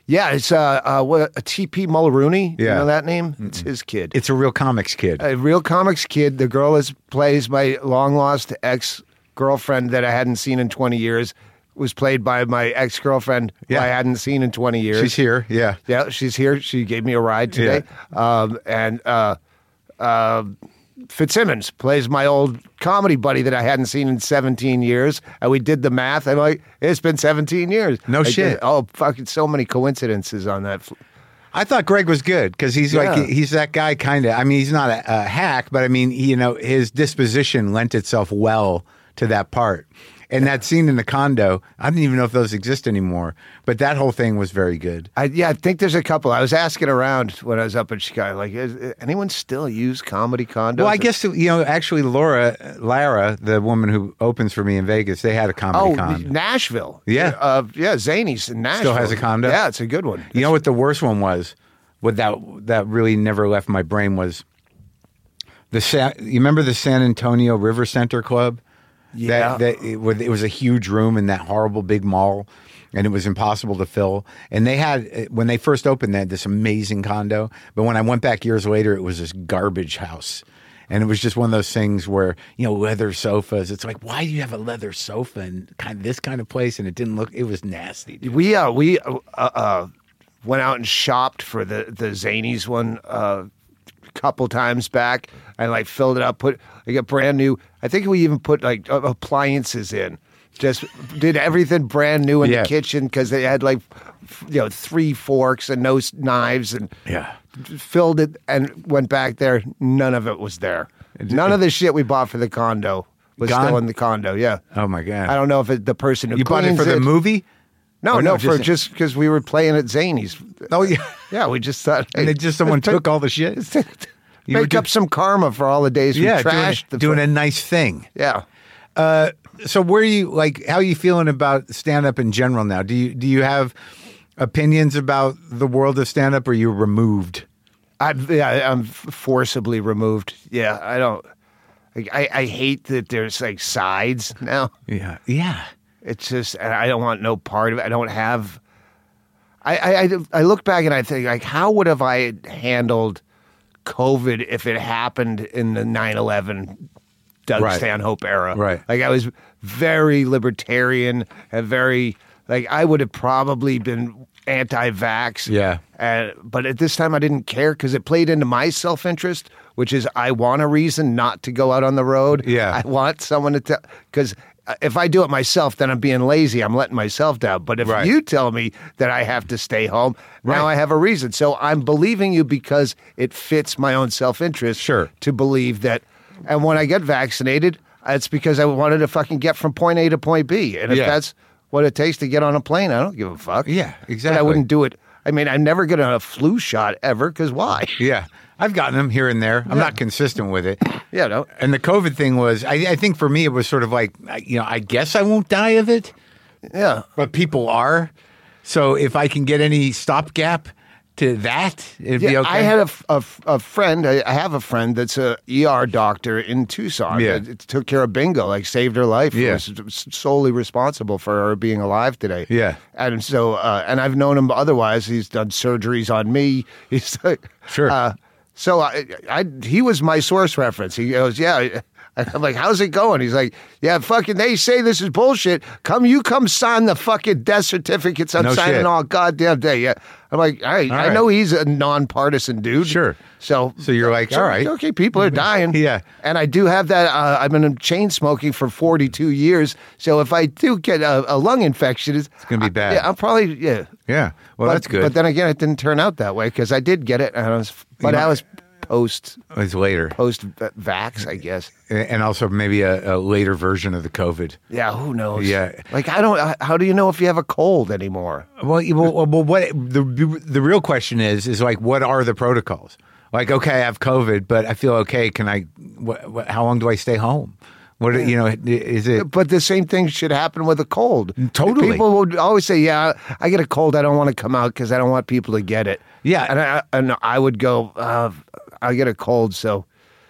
Yeah, it's uh, uh, what, a TP Mulrooney.
Yeah.
You know that name? It's his kid.
It's a real comics kid.
a real comics kid. The girl is plays my long lost ex girlfriend that I hadn't seen in twenty years. Was played by my ex girlfriend
Yeah.
I hadn't seen in twenty years.
She's here, yeah.
Yeah, she's here. She gave me a ride today. Um, and uh, uh, Fitzsimmons plays my old comedy buddy that I hadn't seen in 17 years. And we did the math. I'm like, it's been 17 years.
No
I did-
shit.
oh, fucking so many coincidences on that. fl-
I thought Greg was good because he's
Yeah.
like he's that guy kind of. I mean, he's not a, a hack, but I mean, you know, his disposition lent itself well to that part. And that scene in the condo, I didn't even know if those exist anymore, but that whole thing was very good.
I, yeah, I think there's a couple. I was asking around when I was up in Chicago, like, is, is anyone still use comedy condos?
Well, I guess you know, actually, Laura, Lara, the woman who opens for me in Vegas, they had a comedy
Oh,
con.
Nashville.
Yeah.
Uh, yeah, Zanies in Nashville.
has a condo?
Yeah, it's a good one.
You know what the worst one was? What that that really never left my brain was the Sa- you remember the San Antonio River Center Club?
Yeah.
That, that it, was, it was a huge room in that horrible big mall, and it was impossible to fill. And they had eh, when they first opened, they had this amazing condo. But when I went back years later, it was this garbage house. And it was just one of those things where you know leather sofas. It's like, why do you have a leather sofa in kind of this kind of place? And it didn't look. It was nasty. dude.
We uh, we uh, uh, went out and shopped for the the Zanies one uh, a couple times back, and like filled it up. Put like a brand new. I think we even put like uh, appliances in. Just did everything brand new in
Yeah.
the kitchen because they had like f- you know three forks and no s- knives and
Yeah.
filled it and went back there. None of it was there. None of the shit we bought for the condo was
Gone?
still in the condo. Yeah.
Oh my god.
I don't know if it, the person who
You bought it
cleans
for the movie?
No,
Or
no,
no,
for
just-
just because we were playing at Zany's.
Oh yeah.
Yeah, we just thought.
[laughs] And
hey,
they just someone
let's
took all the shit.
pick- [laughs]
You were
Make up
do-
some karma for all the days we
Yeah,
trashed the
doing, doing a nice thing.
Yeah.
So where you like how are you feeling about stand up in general now? Do you do you have opinions about the world of stand up or you removed?
I'm yeah, I'm forcibly removed. Yeah, I don't. Like, I I hate that there's like sides now.
Yeah. Yeah.
It's just and I don't want no part of it. I don't have. I I I, I look back and I think like, how would have I handled COVID if it happened in the 9/11 Doug
Right.
Stanhope era?
Right.
Like I was very libertarian and very like I would have probably been anti-vax.
Yeah.
And but at this time I didn't care because it played into my self-interest, which is I want a reason not to go out on the road.
Yeah.
I want someone to tell because if I do it myself, then I'm being lazy. I'm letting myself down. But if
Right.
you tell me that I have to stay home, now
Right.
I have a reason. So I'm believing you because it fits my own self interest.
Sure.
To believe that, and when I get vaccinated, it's because I wanted to fucking get from point A to point B. And if
Yeah.
that's what it takes to get on a plane, I don't give a fuck.
Yeah,
But I
exactly.
wouldn't do it. I mean, I never get a flu shot ever because why? [laughs]
Yeah. I've gotten them here and there. I'm not consistent with it.
Yeah, no.
And the COVID thing was, I, I think for me, it was sort of like, I- you know, I guess I won't die of it.
Yeah.
but people are. So if I can get any stopgap, to that? It'd be
Yeah,
okay.
I had a, f- a f- a friend. I, I have a friend that's a ER doctor in Tucson.
Yeah.
that took care of Bingo, like saved her life.
Yeah.
was s- solely responsible for her being alive today.
Yeah.
and so uh, and I've known him otherwise. He's done surgeries on me. [laughs] He's like,
Sure.
Uh, so I, I, he was my source reference. He goes, yeah. [laughs] I'm like, how's it going? He's like, yeah, fucking. They say this is bullshit. Come, you come sign the fucking death certificates. I'm
No
signing
shit.
all goddamn day. Yeah, I'm like, all right,
All
I
right.
know he's a nonpartisan dude.
Sure.
So,
So you're like, all right.
okay, people are dying.
Yeah.
And I do have that. Uh, I've been in chain smoking for 42 years. So if I do get a, a lung infection, it's, it's
gonna be bad.
yeah, I'll probably yeah.
yeah. Well,
but,
that's good.
But then again, it didn't turn out that way because I did get it, and I was, but
know-
I was post
it's later,
post vax, I guess.
and also maybe a, a later version of the COVID.
Yeah, who knows?
Yeah.
like I don't. How do you know if you have a cold anymore?
Well, you- well, well, what the the real question is is like, what are the protocols? Like, okay, I have COVID, but I feel okay. Can I? What, what, how long do I stay home? What are- you know? Is it?
But the same thing should happen with a cold.
Totally.
People would always say, "Yeah, I get a cold. I don't want to come out because I don't want people to get it."
Yeah.
and I, and I would go, uh, "I get a cold, so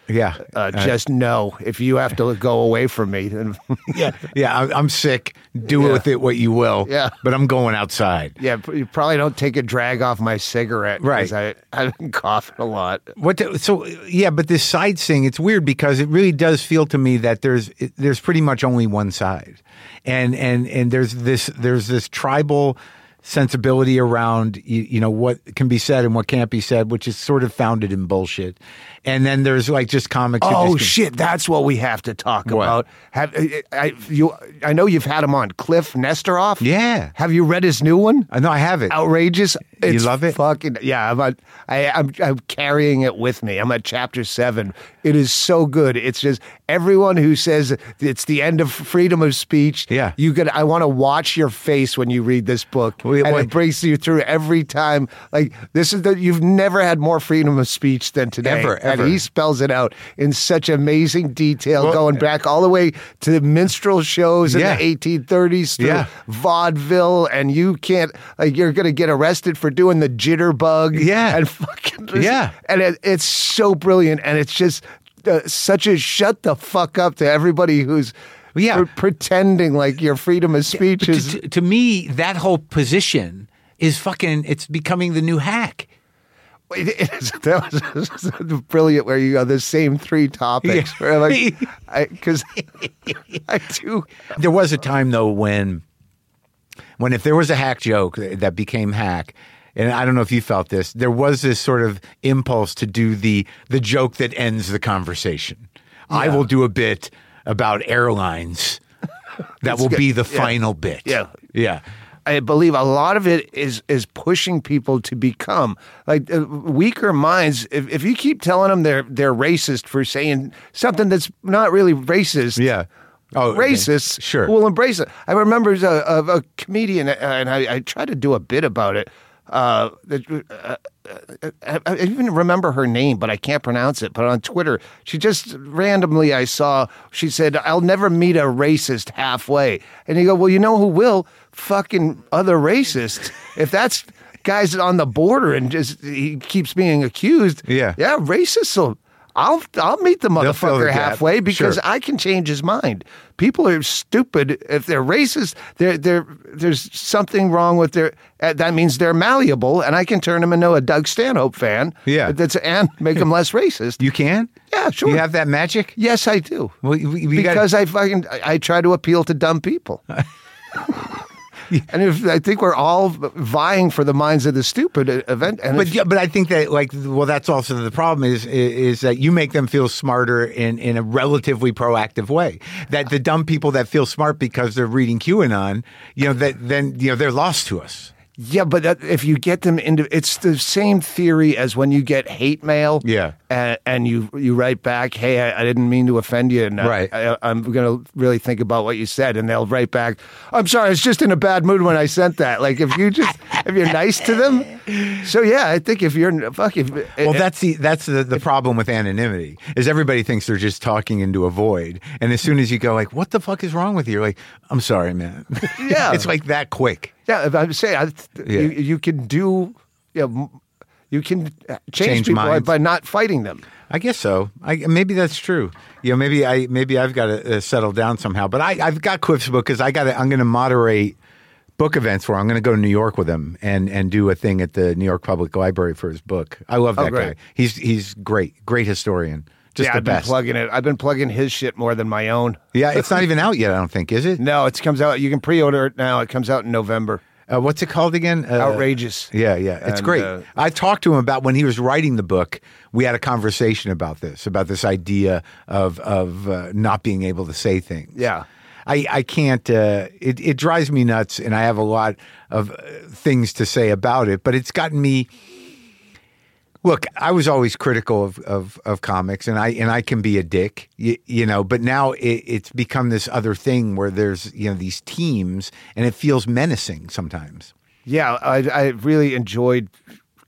Yeah,
uh, just know if you have to go away from me." Then
[laughs]
[laughs]
yeah, yeah. I'm, I'm sick. Do
Yeah.
with it what you will.
Yeah.
but I'm going outside.
yeah, you probably don't take a drag off my cigarette, 'cause
Right.
I I've been coughing a lot.
What? The, so yeah, but this side thing, it's weird because it really does feel to me that there's it- there's pretty much only one side, and and and there's this there's this tribal sensibility around you, you know what can be said and what can't be said, which is sort of founded in bullshit, and then there's like just comics. who
[laughs] Oh
just can-
shit! That's what we have to talk about. Have I- I you? I know you've had him on Cliff Nestoroff.
Yeah.
Have you read his new one?
I know I have it.
outrageous.
You
It's
love it?
Fucking yeah. I'm, on, I, I'm I'm carrying it with me. I'm at chapter seven. It is so good. It's just everyone who says it's the end of freedom of speech.
Yeah.
you could. I want to watch your face when you read this book,
Wait,
and
wait.
it breaks you through every time. Like this is the you've never had more freedom of speech than today.
Ever,
and
ever.
he spells it out in such amazing detail, going back all the way to the minstrel shows
uh, Yeah.
in the 1830s through
Yeah.
vaudeville and you can't like you're gonna get arrested for doing the jitterbug
Yeah.
and [laughs] fucking
Yeah.
and it, it's so brilliant and it's just uh, such a shut the fuck up to everybody who's
Yeah.
pre- pretending like your freedom of speech
to,
is
to, to me, that whole position is fucking. It's becoming the new hack.
[laughs] It is. That was [laughs] brilliant. Where you got the same three topics.
Yeah.
Where
[laughs]
like, because [laughs] I, do.
There was a time though when, when if there was a hack joke that became hack, and I don't know if you felt this, there was this sort of impulse to do the the joke that ends the conversation. I will do a bit about
[laughs]
airlines. That will be the final bit.
Yeah.
yeah,
I believe a lot of it is is pushing people to become like uh, weaker minds. If, if you keep telling them they're they're racist for saying something that's not really racist,
yeah. Oh, okay.
racists
Sure.
will embrace it. I remember a, a, a comedian, uh, and I, I tried to do a bit about it. Uh, that, uh, uh, I, I even remember her name, but I can't pronounce it. But on Twitter, she just randomly I saw she said, "I'll never meet a racist halfway." And you go, "Well, you know who will? Fucking other racists. If that's guys on the border and just he keeps being accused,
Yeah.
yeah, racists will." I'll I'll meet the
They'll fill the
motherfucker
gap.
halfway because
Sure.
I can change his mind. People are stupid. If they're racist, they're, they're, there's something wrong with their. uh, That means they're malleable, and I can turn them into a Doug Stanhope fan.
Yeah.
that's and make them less racist.
[laughs] you can.
Yeah, sure.
You have that magic.
yes, I do.
Well, you- you gotta-
because I fucking I, I try to appeal to dumb
[laughs]
people. And if, I think we're all vying for the minds of the stupid uh, event. And
But
if-
yeah, but I think that like well, that's also the problem is is that you make them feel smarter in in a relatively proactive way. That the dumb people that feel smart because they're reading QAnon, you know, that then you know they're lost to us.
Yeah, but that, if you get them into, it's the same theory as when you get hate mail.
Yeah.
and, and you you write back, hey, I, I didn't mean to offend you, and I-
Right.
I, I'm gonna really think about what you said, and they'll write back, I'm sorry, I was just in a bad mood when I sent that. Like if you just if you're nice to them, so yeah, I think if you're fuck if
Well, that's the that's the, the problem with anonymity is everybody thinks they're just talking into a void, and as soon as you go like, "What the fuck is wrong with you?" You're like, "I'm sorry, man." [laughs]
Yeah.
it's like that quick.
Yeah, if I'm saying I,
Yeah.
you, you can do. You know, m- You can uh, change,
Change
people
minds.
by not fighting them.
I guess so. I, maybe that's true. You know, maybe I maybe I've got to uh, settle down somehow. But I, I've got Quiff's book because I got. I'm going to moderate book events where I'm going to go to New York with him and and do a thing at the New York Public Library for his book. I love
Oh,
that guy.
great.
He's he's great, great historian. Just
yeah,
the
I've been
best.
plugging it. I've been plugging his shit more than my own.
yeah, it's not even out yet. I don't think is it.
No, it comes out. You can pre-order it now. It comes out in November.
Uh, what's it called again? Uh,
Outrageous.
Yeah, yeah, it's
And,
great.
uh,
I talked to him about when he was writing the book. We had a conversation about this, about this idea of of uh, not being able to say things.
Yeah.
I I can't. Uh, it it drives me nuts, and I have a lot of uh, things to say about it. But it's gotten me. Look, I was always critical of, of, of comics, and I and I can be a dick, you, you know. But now it, it's become this other thing where there's you know these teams, and it feels menacing sometimes.
Yeah, I, I really enjoyed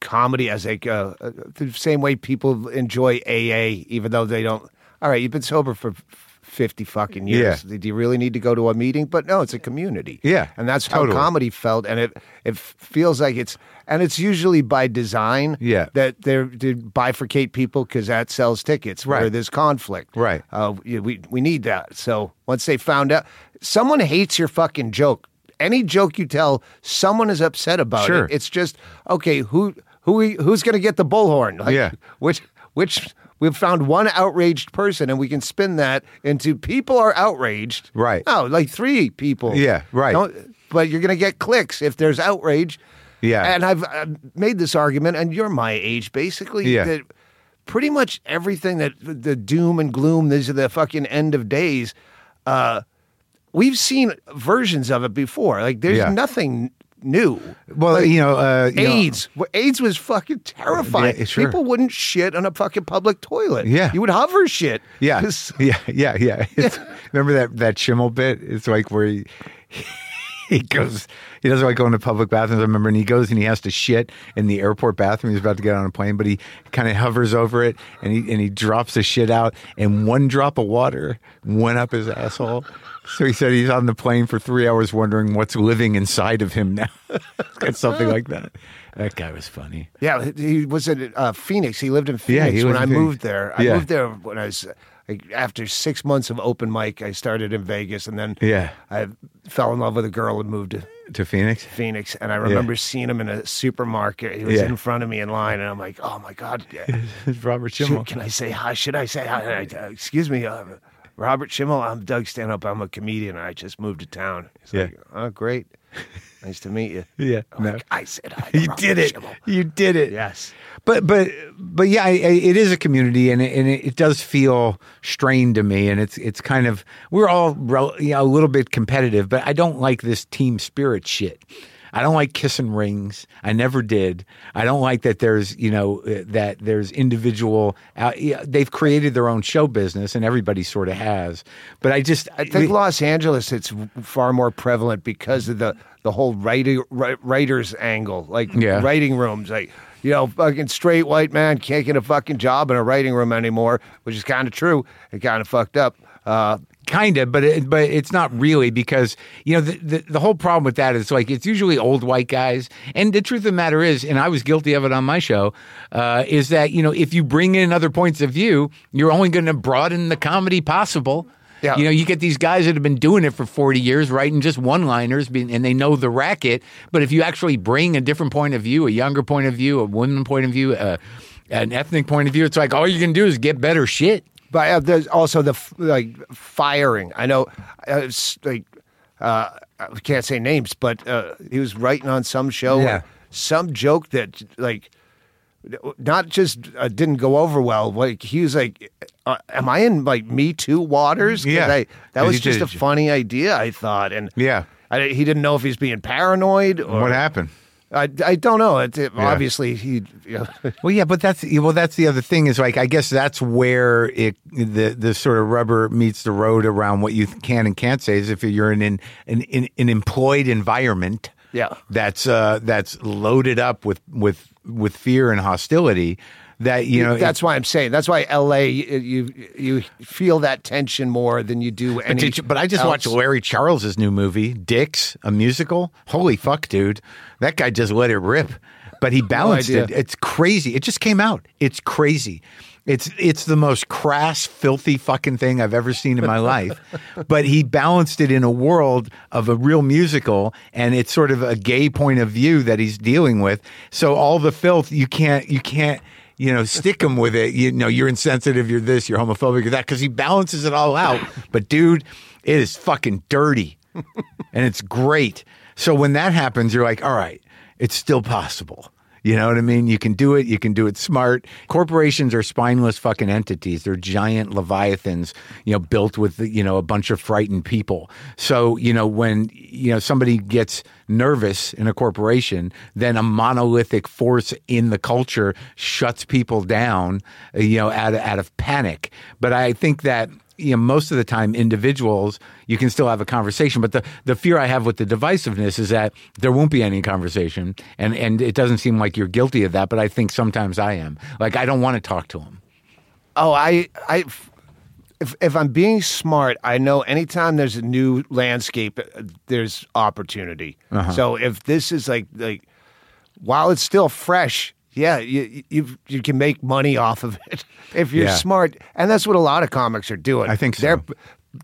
comedy as a uh, the same way people enjoy AA, even though they don't. All right, you've been sober for fifty fucking years. Do you really need to go to a meeting? But no, it's a community.
Yeah,
and that's how
totally.
comedy felt, and it it feels like it's and it's usually by design.
Yeah.
that they're to bifurcate people because that sells tickets.
Right.
where there's conflict.
Right.
Uh, we- we we need that. So once they found out, someone hates your fucking joke. Any joke you tell, someone is upset about
Sure.
it. It's just okay. Who who who's going to get the bullhorn? Like,
Yeah.
Which which we've found one outraged person, and we can spin that into people are outraged.
Right.
No, like three people.
Yeah, right.
Don't, but you're going to get clicks if there's outrage.
Yeah.
And I've, i made this argument, and you're my age, basically.
Yeah.
That pretty much everything that the, the doom and gloom, these are the fucking end of days. Uh, we've seen versions of it before. Like there's
Yeah.
nothing new.
Well, you know, uh, you know-
AIDS. Well, AIDS was fucking terrifying.
Yeah, sure.
People wouldn't shit on a fucking public toilet.
Yeah.
You would hover shit.
yeah,
'Cause-
[laughs] yeah, yeah, yeah. It's, [laughs] remember that that Schimmel bit? It's like where he, [laughs] he goes, he doesn't like going to public bathrooms. I remember, and he goes and he has to shit in the airport bathroom. He's about to get on a plane, but he kind of hovers over it and he and he drops the shit out, and one drop of water went up his asshole. So he said he's on the plane for three hours, wondering what's living inside of him now. [laughs] it's something like that. That guy was funny.
Yeah, he- he was in uh, Phoenix. He lived in
Yeah,
Phoenix
he
when
lived
I
in Phoenix.
moved there. I
Yeah.
moved there when I was like, after six months of open mic. I started in Vegas, and then
Yeah.
I fell in love with a girl and moved to
To Phoenix. [laughs]
Phoenix. And I remember seeing him in a supermarket. He was
Yeah.
in front of me in line, and I'm like, "Oh my
[laughs]
god, yeah.
Robert Schimmel.
Should- can I say hi? Should I say hi? And I- uh, excuse me, uh, Robert Schimmel. I'm Doug Stanhope. I'm a comedian. I just moved to town. He's
Yeah.
like, "Oh, great, nice to meet you."
[laughs] Yeah,
I'm
no.
like, I said hi. to
You
Robert
did it.
Schimmel."
You did it.
Yes.
But but but yeah, I, I, it is a community, and it, and it, it does feel strained to me, and it's it's kind of we're all rel, you know, a little bit competitive, but I don't like this team spirit shit. I don't like kissing rings. I never did. I don't like that there's you know uh, that there's individual. Uh, yeah, they've created their own show business, and everybody sort of has. But I just
I think Los Angeles, it's far more prevalent because of the the whole writing wri- writers angle, like
Yeah.
writing rooms, like you know, fucking straight white man can't get a fucking job in a writing room anymore, which is kind of true and kind of fucked up. Uh,
kind of but it, but it's not really because you know the, the the whole problem with that is like it's usually old white guys and the truth of the matter is and I was guilty of it on my show uh, is that you know if you bring in other points of view you're only going to broaden the comedy possible
Yeah.
you know you get these guys that have been doing it for 40 years writing just one liners and they know the racket but if you actually bring a different point of view a younger point of view a woman point of view uh, an ethnic point of view it's like all you can do is get better shit
But uh, there's also the f- like firing. I know, uh, it's like uh, I can't say names, but uh, he was writing on some show,
Yeah.
some joke that like not just uh, didn't go over well. Like he was like, uh, "Am I in like Me Too waters?" 'Cause
Yeah.
I- that
And
was
he
just a
did.
funny idea. I thought, and
Yeah.
I, he didn't know if he's being paranoid or
happened
I, I don't know. It, it- Obviously, he. You know,
Well, yeah, but that's well, that's the other thing is like I guess that's where it the the sort of rubber meets the road around what you can and can't say is if you're in an an, an, an employed environment.
Yeah.
that's uh, that's loaded up with with with fear and hostility. That you know
that's why I'm saying. That's why L.A. You you feel that tension more than you do any.
But, did you- but I just
else.
watched Larry Charles's new movie, Dicks, a musical. Holy fuck, dude. That guy just let it rip. but he balanced
idea.
it. It's crazy. It just came out. It's crazy. It's it's the most crass, filthy fucking thing I've ever seen in my life. But he balanced it in a world of a real musical, and it's sort of a gay point of view that he's dealing with. So all the filth you can't you can't you know stick him with it. You know you're insensitive. You're this. You're homophobic. You're that. Because he balances it all out. But dude, it is fucking dirty, and it's great. So when that happens, you're like, all right it's still possible. You know what I mean? You can do it. You can do it smart. Corporations are spineless fucking entities. They're giant leviathans, you know, built with, you know, a bunch of frightened people. So, you know, when, you know, somebody gets nervous in a corporation, then a monolithic force in the culture shuts people down, uh, you know, out of, out of panic. But I think that you know, most of the time individuals you can still have a conversation but the, the fear i have with the divisiveness is that there won't be any conversation and and it doesn't seem like you're guilty of that but i think sometimes i am like i don't want to talk to him
Oh, I, I, if if I'm being smart, I know anytime there's a new landscape, uh, there's opportunity.
Uh-huh.
So if this is like like, while it's still fresh, yeah, you you you can make money off of it [laughs] if you're
Yeah.
smart, and that's what a lot of comics are doing.
I think so.
They're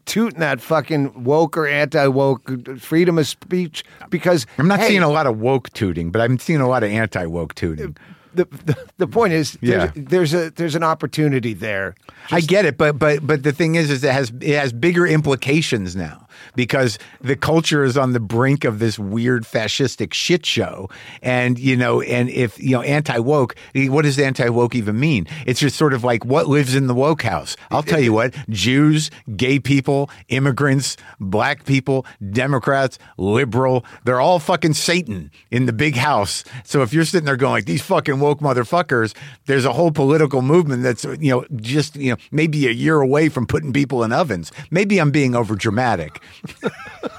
tooting that fucking woke or anti woke freedom of speech because
i'm not
hey,
seeing a lot of woke tooting but i'm seeing a lot of anti-woke tooting
The, the the point is there's,
Yeah.
there's a there's an opportunity there.
I get it, but but but the thing is, is it has it has bigger implications now because the culture is on the brink of this weird fascistic shit show, and you know, and if you know, anti woke, what does anti woke even mean? It's just sort of like what lives in the woke house. I'll tell you what: Jews, gay people, immigrants, black people, Democrats, liberal, they're all fucking Satan in the big house. So if you're sitting there going like these fucking woke motherfuckers, there's a whole political movement that's you know just you know maybe a year away from putting people in ovens. Maybe I'm being over dramatic. [laughs] but,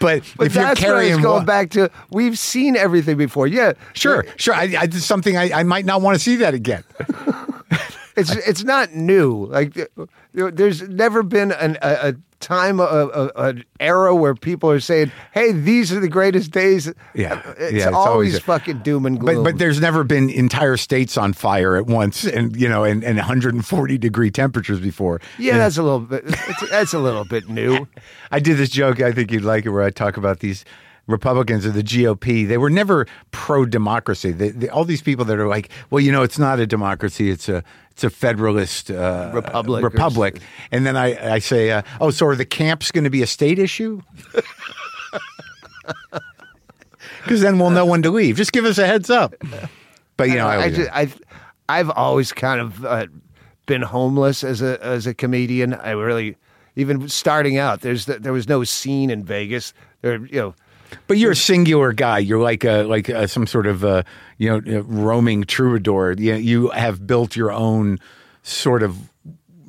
But
if
that's
you're
where
carrying
it's going
wa-
back to. We've seen everything before. Yeah,
Sure, sure. I, I did something I, I might not want to see that again.
It's it's not new. Like th- there- there's never been an, a, a time, a, a, an era where people are saying, "Hey, these are the greatest days."
Yeah.
it's,
Yeah, it's
always,
always-
fucking doom and gloom.
But but there's never been entire states on fire at once, and you know, and, and 140 degree temperatures before.
yeah, that's a little bit. It's, that's a little bit new.
I did this joke. I think you'd like it, where I talk about these Republicans or the GOP. They were never pro democracy. They, they, all these people that are like, well, you know, it's not a democracy. It's a it's a federalist uh,
Republic or
Republic. And then I I say, uh, oh, so are the camps going to be a state issue? [laughs] Because then we'll know when to leave. Just give us a heads up. But you know, I,
I
always-
just, I, I've always kind of uh, been homeless as a as a comedian. I really, even starting out, there's the, there was no scene in Vegas. There, you know.
But you're a singular guy. You're like a like a, some sort of a, you know a roaming troubadour. You you have built your own sort of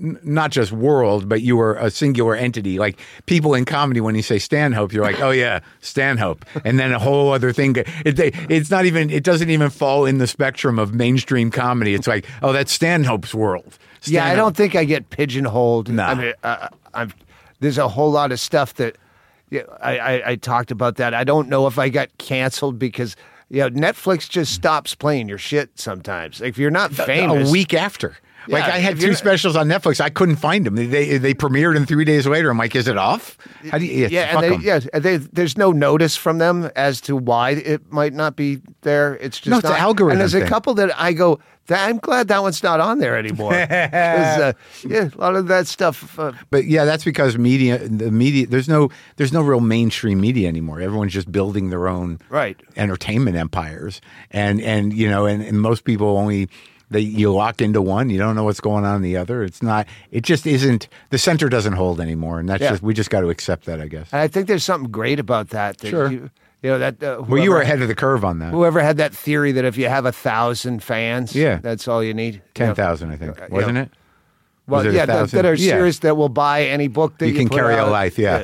n- not just world, but you are a singular entity. Like people in comedy, when you say Stanhope, you're like, oh yeah, Stanhope, and then a whole other thing. It, they- it's not even. It doesn't even fall in the spectrum of mainstream comedy. It's like, oh, that's Stanhope's world.
Yeah, I
Stanhope.
don't think I get pigeonholed.
Nah.
I mean, uh, I'm, there's a whole lot of stuff that yeah, I, I, I talked about that. I don't know if I got canceled because you know Netflix just stops playing your shit sometimes. If you're not famous,
a week after. Like
Yeah,
I had
if you're-
two specials on Netflix, I couldn't find them. They they, they premiered, and three days later, I'm like, "Is it off? How do you? Yeah,
Yeah,
fuck
and
'em.
they, yeah, and they, there's no notice from them as to why it might not be there. It's just
No, it's an
not-
algorithm
And there's
thing.
a couple that I go, "That- I'm glad that one's not on there
[laughs]
anymore. 'Cause, uh, yeah, a lot of that stuff. Uh,
But yeah, that's because media, the media. There's no there's no real mainstream media anymore. Everyone's just building their own
Right.
entertainment empires, and and you know, and, and most people only. They, you lock into one, you don't know what's going on in the other. It's not. It just isn't. The center doesn't hold anymore, and that's
Yeah.
just. We just got to accept that, I guess.
And I think there's something great about that. that
Sure.
You, you know that. Uh,
Well, you
whoever-
were ahead of the curve on that.
Whoever had that theory that if you have a thousand fans,
Yeah.
that's all you need.
Ten thousand, I think,
Yeah.
wasn't it?
Well,
Was it a
yeah, that,
thousand?
that are
Yeah.
serious that will buy any book that
You
you,
can
put
carry a
out.
life, yeah.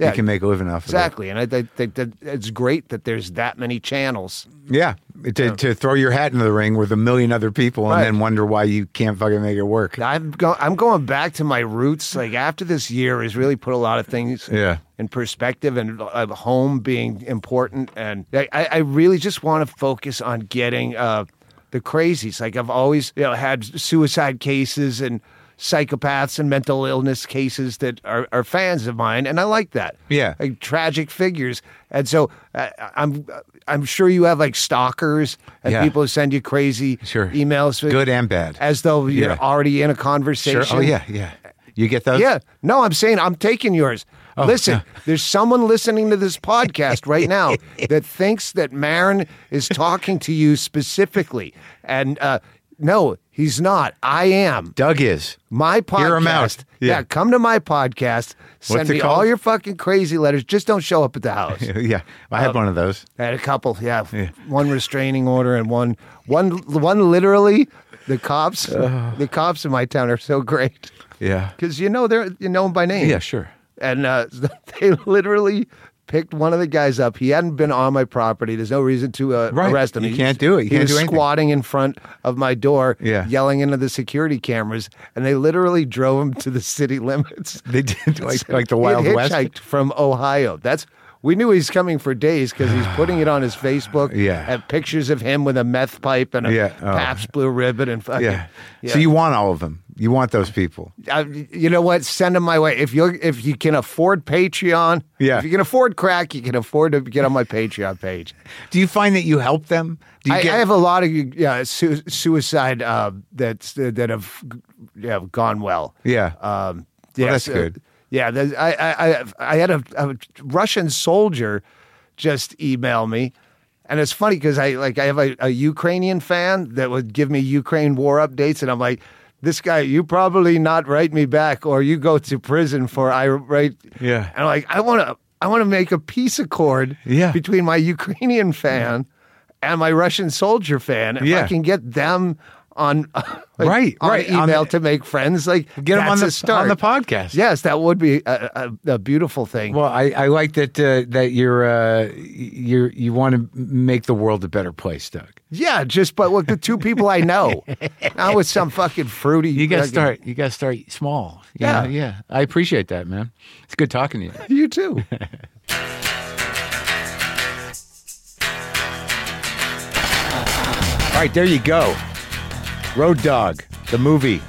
Yeah.
you can make a living off
Exactly, and I, I think that it's great that there's that many channels.
of it. Yeah, to, to throw your hat into the ring with a million other people
Right.
and then wonder why you can't fucking make it work.
I'm go- I'm going back to my roots. Like after this year has really put a lot of things
Mm-hmm. Yeah.
in perspective, and uh, home being important. And I, I I really just want to focus on getting uh, the crazies. Like I've always you know had suicide cases and psychopaths and mental illness cases that are, are fans of mine, and I like that.
Yeah.
like tragic figures. And so uh, I'm I'm sure you have like stalkers and
Yeah.
people who send you crazy
Sure.
emails.
Good and bad.
As though you're
Yeah.
already in a conversation.
Sure. Oh yeah, yeah. You get those?
Yeah. No, I'm saying I'm taking yours.
Oh,
Listen, there's someone listening to this podcast right
[laughs]
now that thinks that Marin is talking to you specifically. And uh, no, he's not. I am.
Doug is. [laughs]
My podcast.
Hear 'em out.
Yeah.
Yeah.
come to my podcast. Send
What's it
me
called?
all your fucking crazy letters. Just don't show up at the house.
[laughs] Yeah, I
Um,
had one of those.
I had a couple, yeah. One restraining order and one, one, one. Literally, the cops, the cops in my town are so great
Yeah.
because you know they're you know them by name.
Yeah, sure. [laughs]
And uh, [laughs] they literally picked one of the guys up. He hadn't been on my property. There's no reason to uh,
Right.
arrest him.
You
He-
can't do it. You
he
can't
was
do anything.
squatting in front of my door,
Yeah.
yelling into the security cameras, and they literally drove him to the city [laughs] limits.
They did like like the
He had
Wild West.
hitchhiked from Ohio. That's we knew he's coming for days because he's putting it on
[sighs]
his Facebook.
Yeah.
and pictures of him with a meth pipe and a
Yeah, oh.
Pabst Blue Ribbon and fucking. [laughs]
Yeah. So you want all of them. You want those people.
I, you know what? Send them my way. If you if you can afford Patreon,
Yeah.
If you can afford crack, you can afford to get on my Patreon page.
Do you find that you help them? Do [laughs] you
I,
get,
I have a lot of yeah su- suicide uh, that's that have yeah, gone well.
Yeah.
Um, yeah,
that's
so-
good.
Yeah, there's- I, I, I, I had a, a Russian soldier just email me, and it's funny because I like I have a, a Ukrainian fan that would give me Ukraine war updates, and I'm like, this guy, you probably not write me back, or you go to prison for I write.
Yeah.
and I'm like, I want to, I want to make a peace accord.
Yeah.
between my Ukrainian fan and my Russian soldier fan, if I
Yeah.
can get them. On [laughs] like,
Right,
on
right, on
email
the-
to make friends like
get them
that's
on
a
the
start.
on the podcast?
Yes, that would be a, a, a beautiful thing.
Well, I, I like that uh, that you're uh, you're you want to make the world a better place, Doug.
yeah, just but with the two people I know,
[laughs]
not with some fucking fruity.
You got to
fucking-
start. You got to start small. you
Yeah.
know? yeah. I appreciate that, man. It's good talking to you.
You too.
All right, there you go. Road Dog, the movie,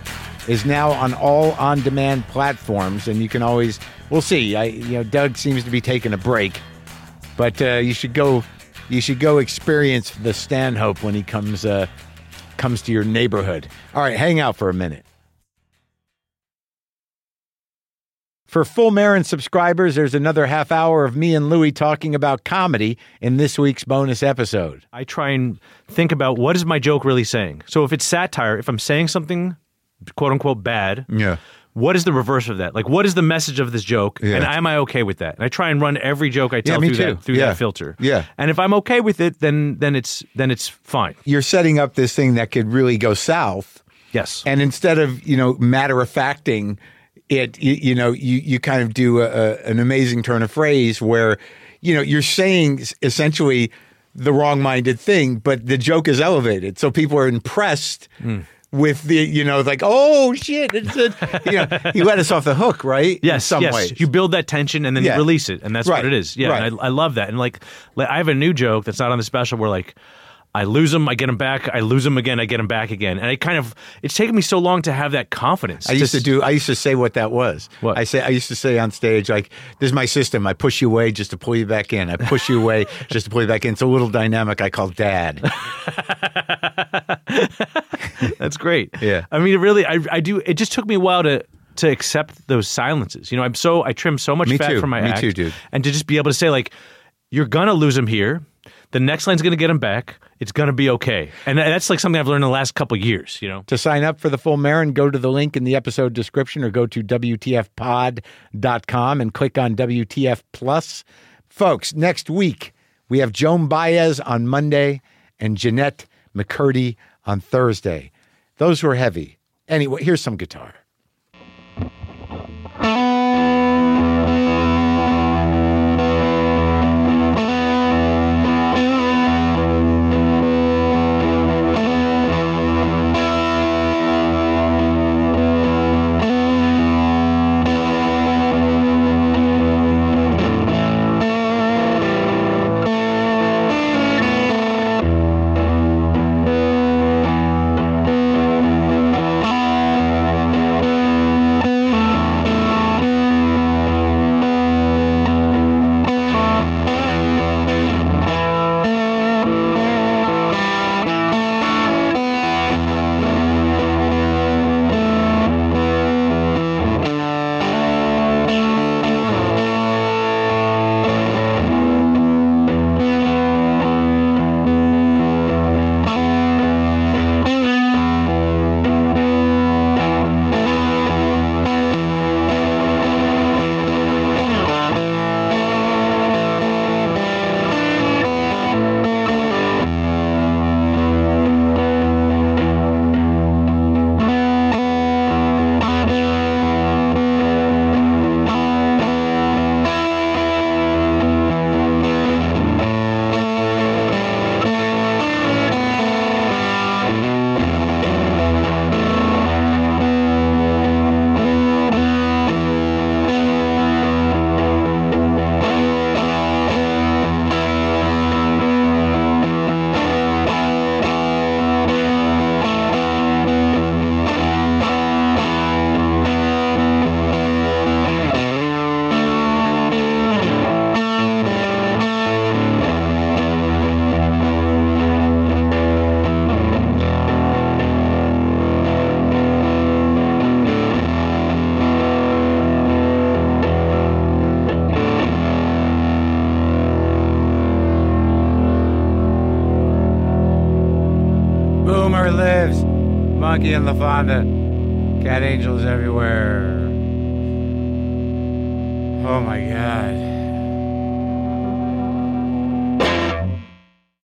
is now on all on-demand platforms, and you can always. We'll see. I, you know, Doug seems to be taking a break, but uh, you should go. You should go experience the Stanhope when he comes uh, comes to your neighborhood. All right, hang out for a minute. For full Marin subscribers, there's another half hour of me and Louie talking about comedy in this week's bonus episode.
I try and think about what is my joke really saying. So if it's satire, if I'm saying something quote unquote bad,
Yeah.
what is the reverse of that? Like what is the message of this joke?
Yeah.
And am I okay with that? And I try and run every joke I tell
me
through
too.
that through
Yeah.
that filter.
Yeah.
And if I'm okay with it, then then it's then it's fine.
you're setting up this thing that could really go south
Yes.
and instead of you know matter of facting it you, you know you, you kind of do a, a, an amazing turn of phrase where you know you're saying s- essentially the wrong-minded thing but the joke is elevated so people are impressed
Hmm.
with the you know like oh shit it's a, you know you let us off the hook right in
Yes,
some
yes.
ways
You build that tension and then
Yeah.
you release it, and that's
Right,
what it is. Yeah,
right.
and I, I love that. And like, like, I have a new joke that's not on the special where like I lose them, I get them back, I lose them again, I get them back again, and I kind of it's taken me so long to have that confidence.
I used to do. I used to say what that was.
What?
I say. I used to say on stage, like, "This is my system. I push you away just to pull you back in. I push you away [laughs] just to pull you back in." It's a little dynamic I call dad.
[laughs] That's great.
Yeah.
I mean, it really, I, I do. It just took me a while to to accept those silences. You know, I'm so I trim so much
Me
fat
too.
from my
Me
act,
too, dude.
and to just be able to say like, you're gonna lose him here. The next line's gonna get him back. It's gonna be okay. And tha- that's like something I've learned in the last couple years. You know.
to sign up for the full Marin, go to the link in the episode description or go to WTFpod.com and click on WTF Plus. Folks, next week we have Joan Baez on Monday and Jeanette McCurdy on Thursday. Those were heavy. Anyway, here's some guitar.
lives. Monkey and La Fonda. Cat angels everywhere. Oh my God.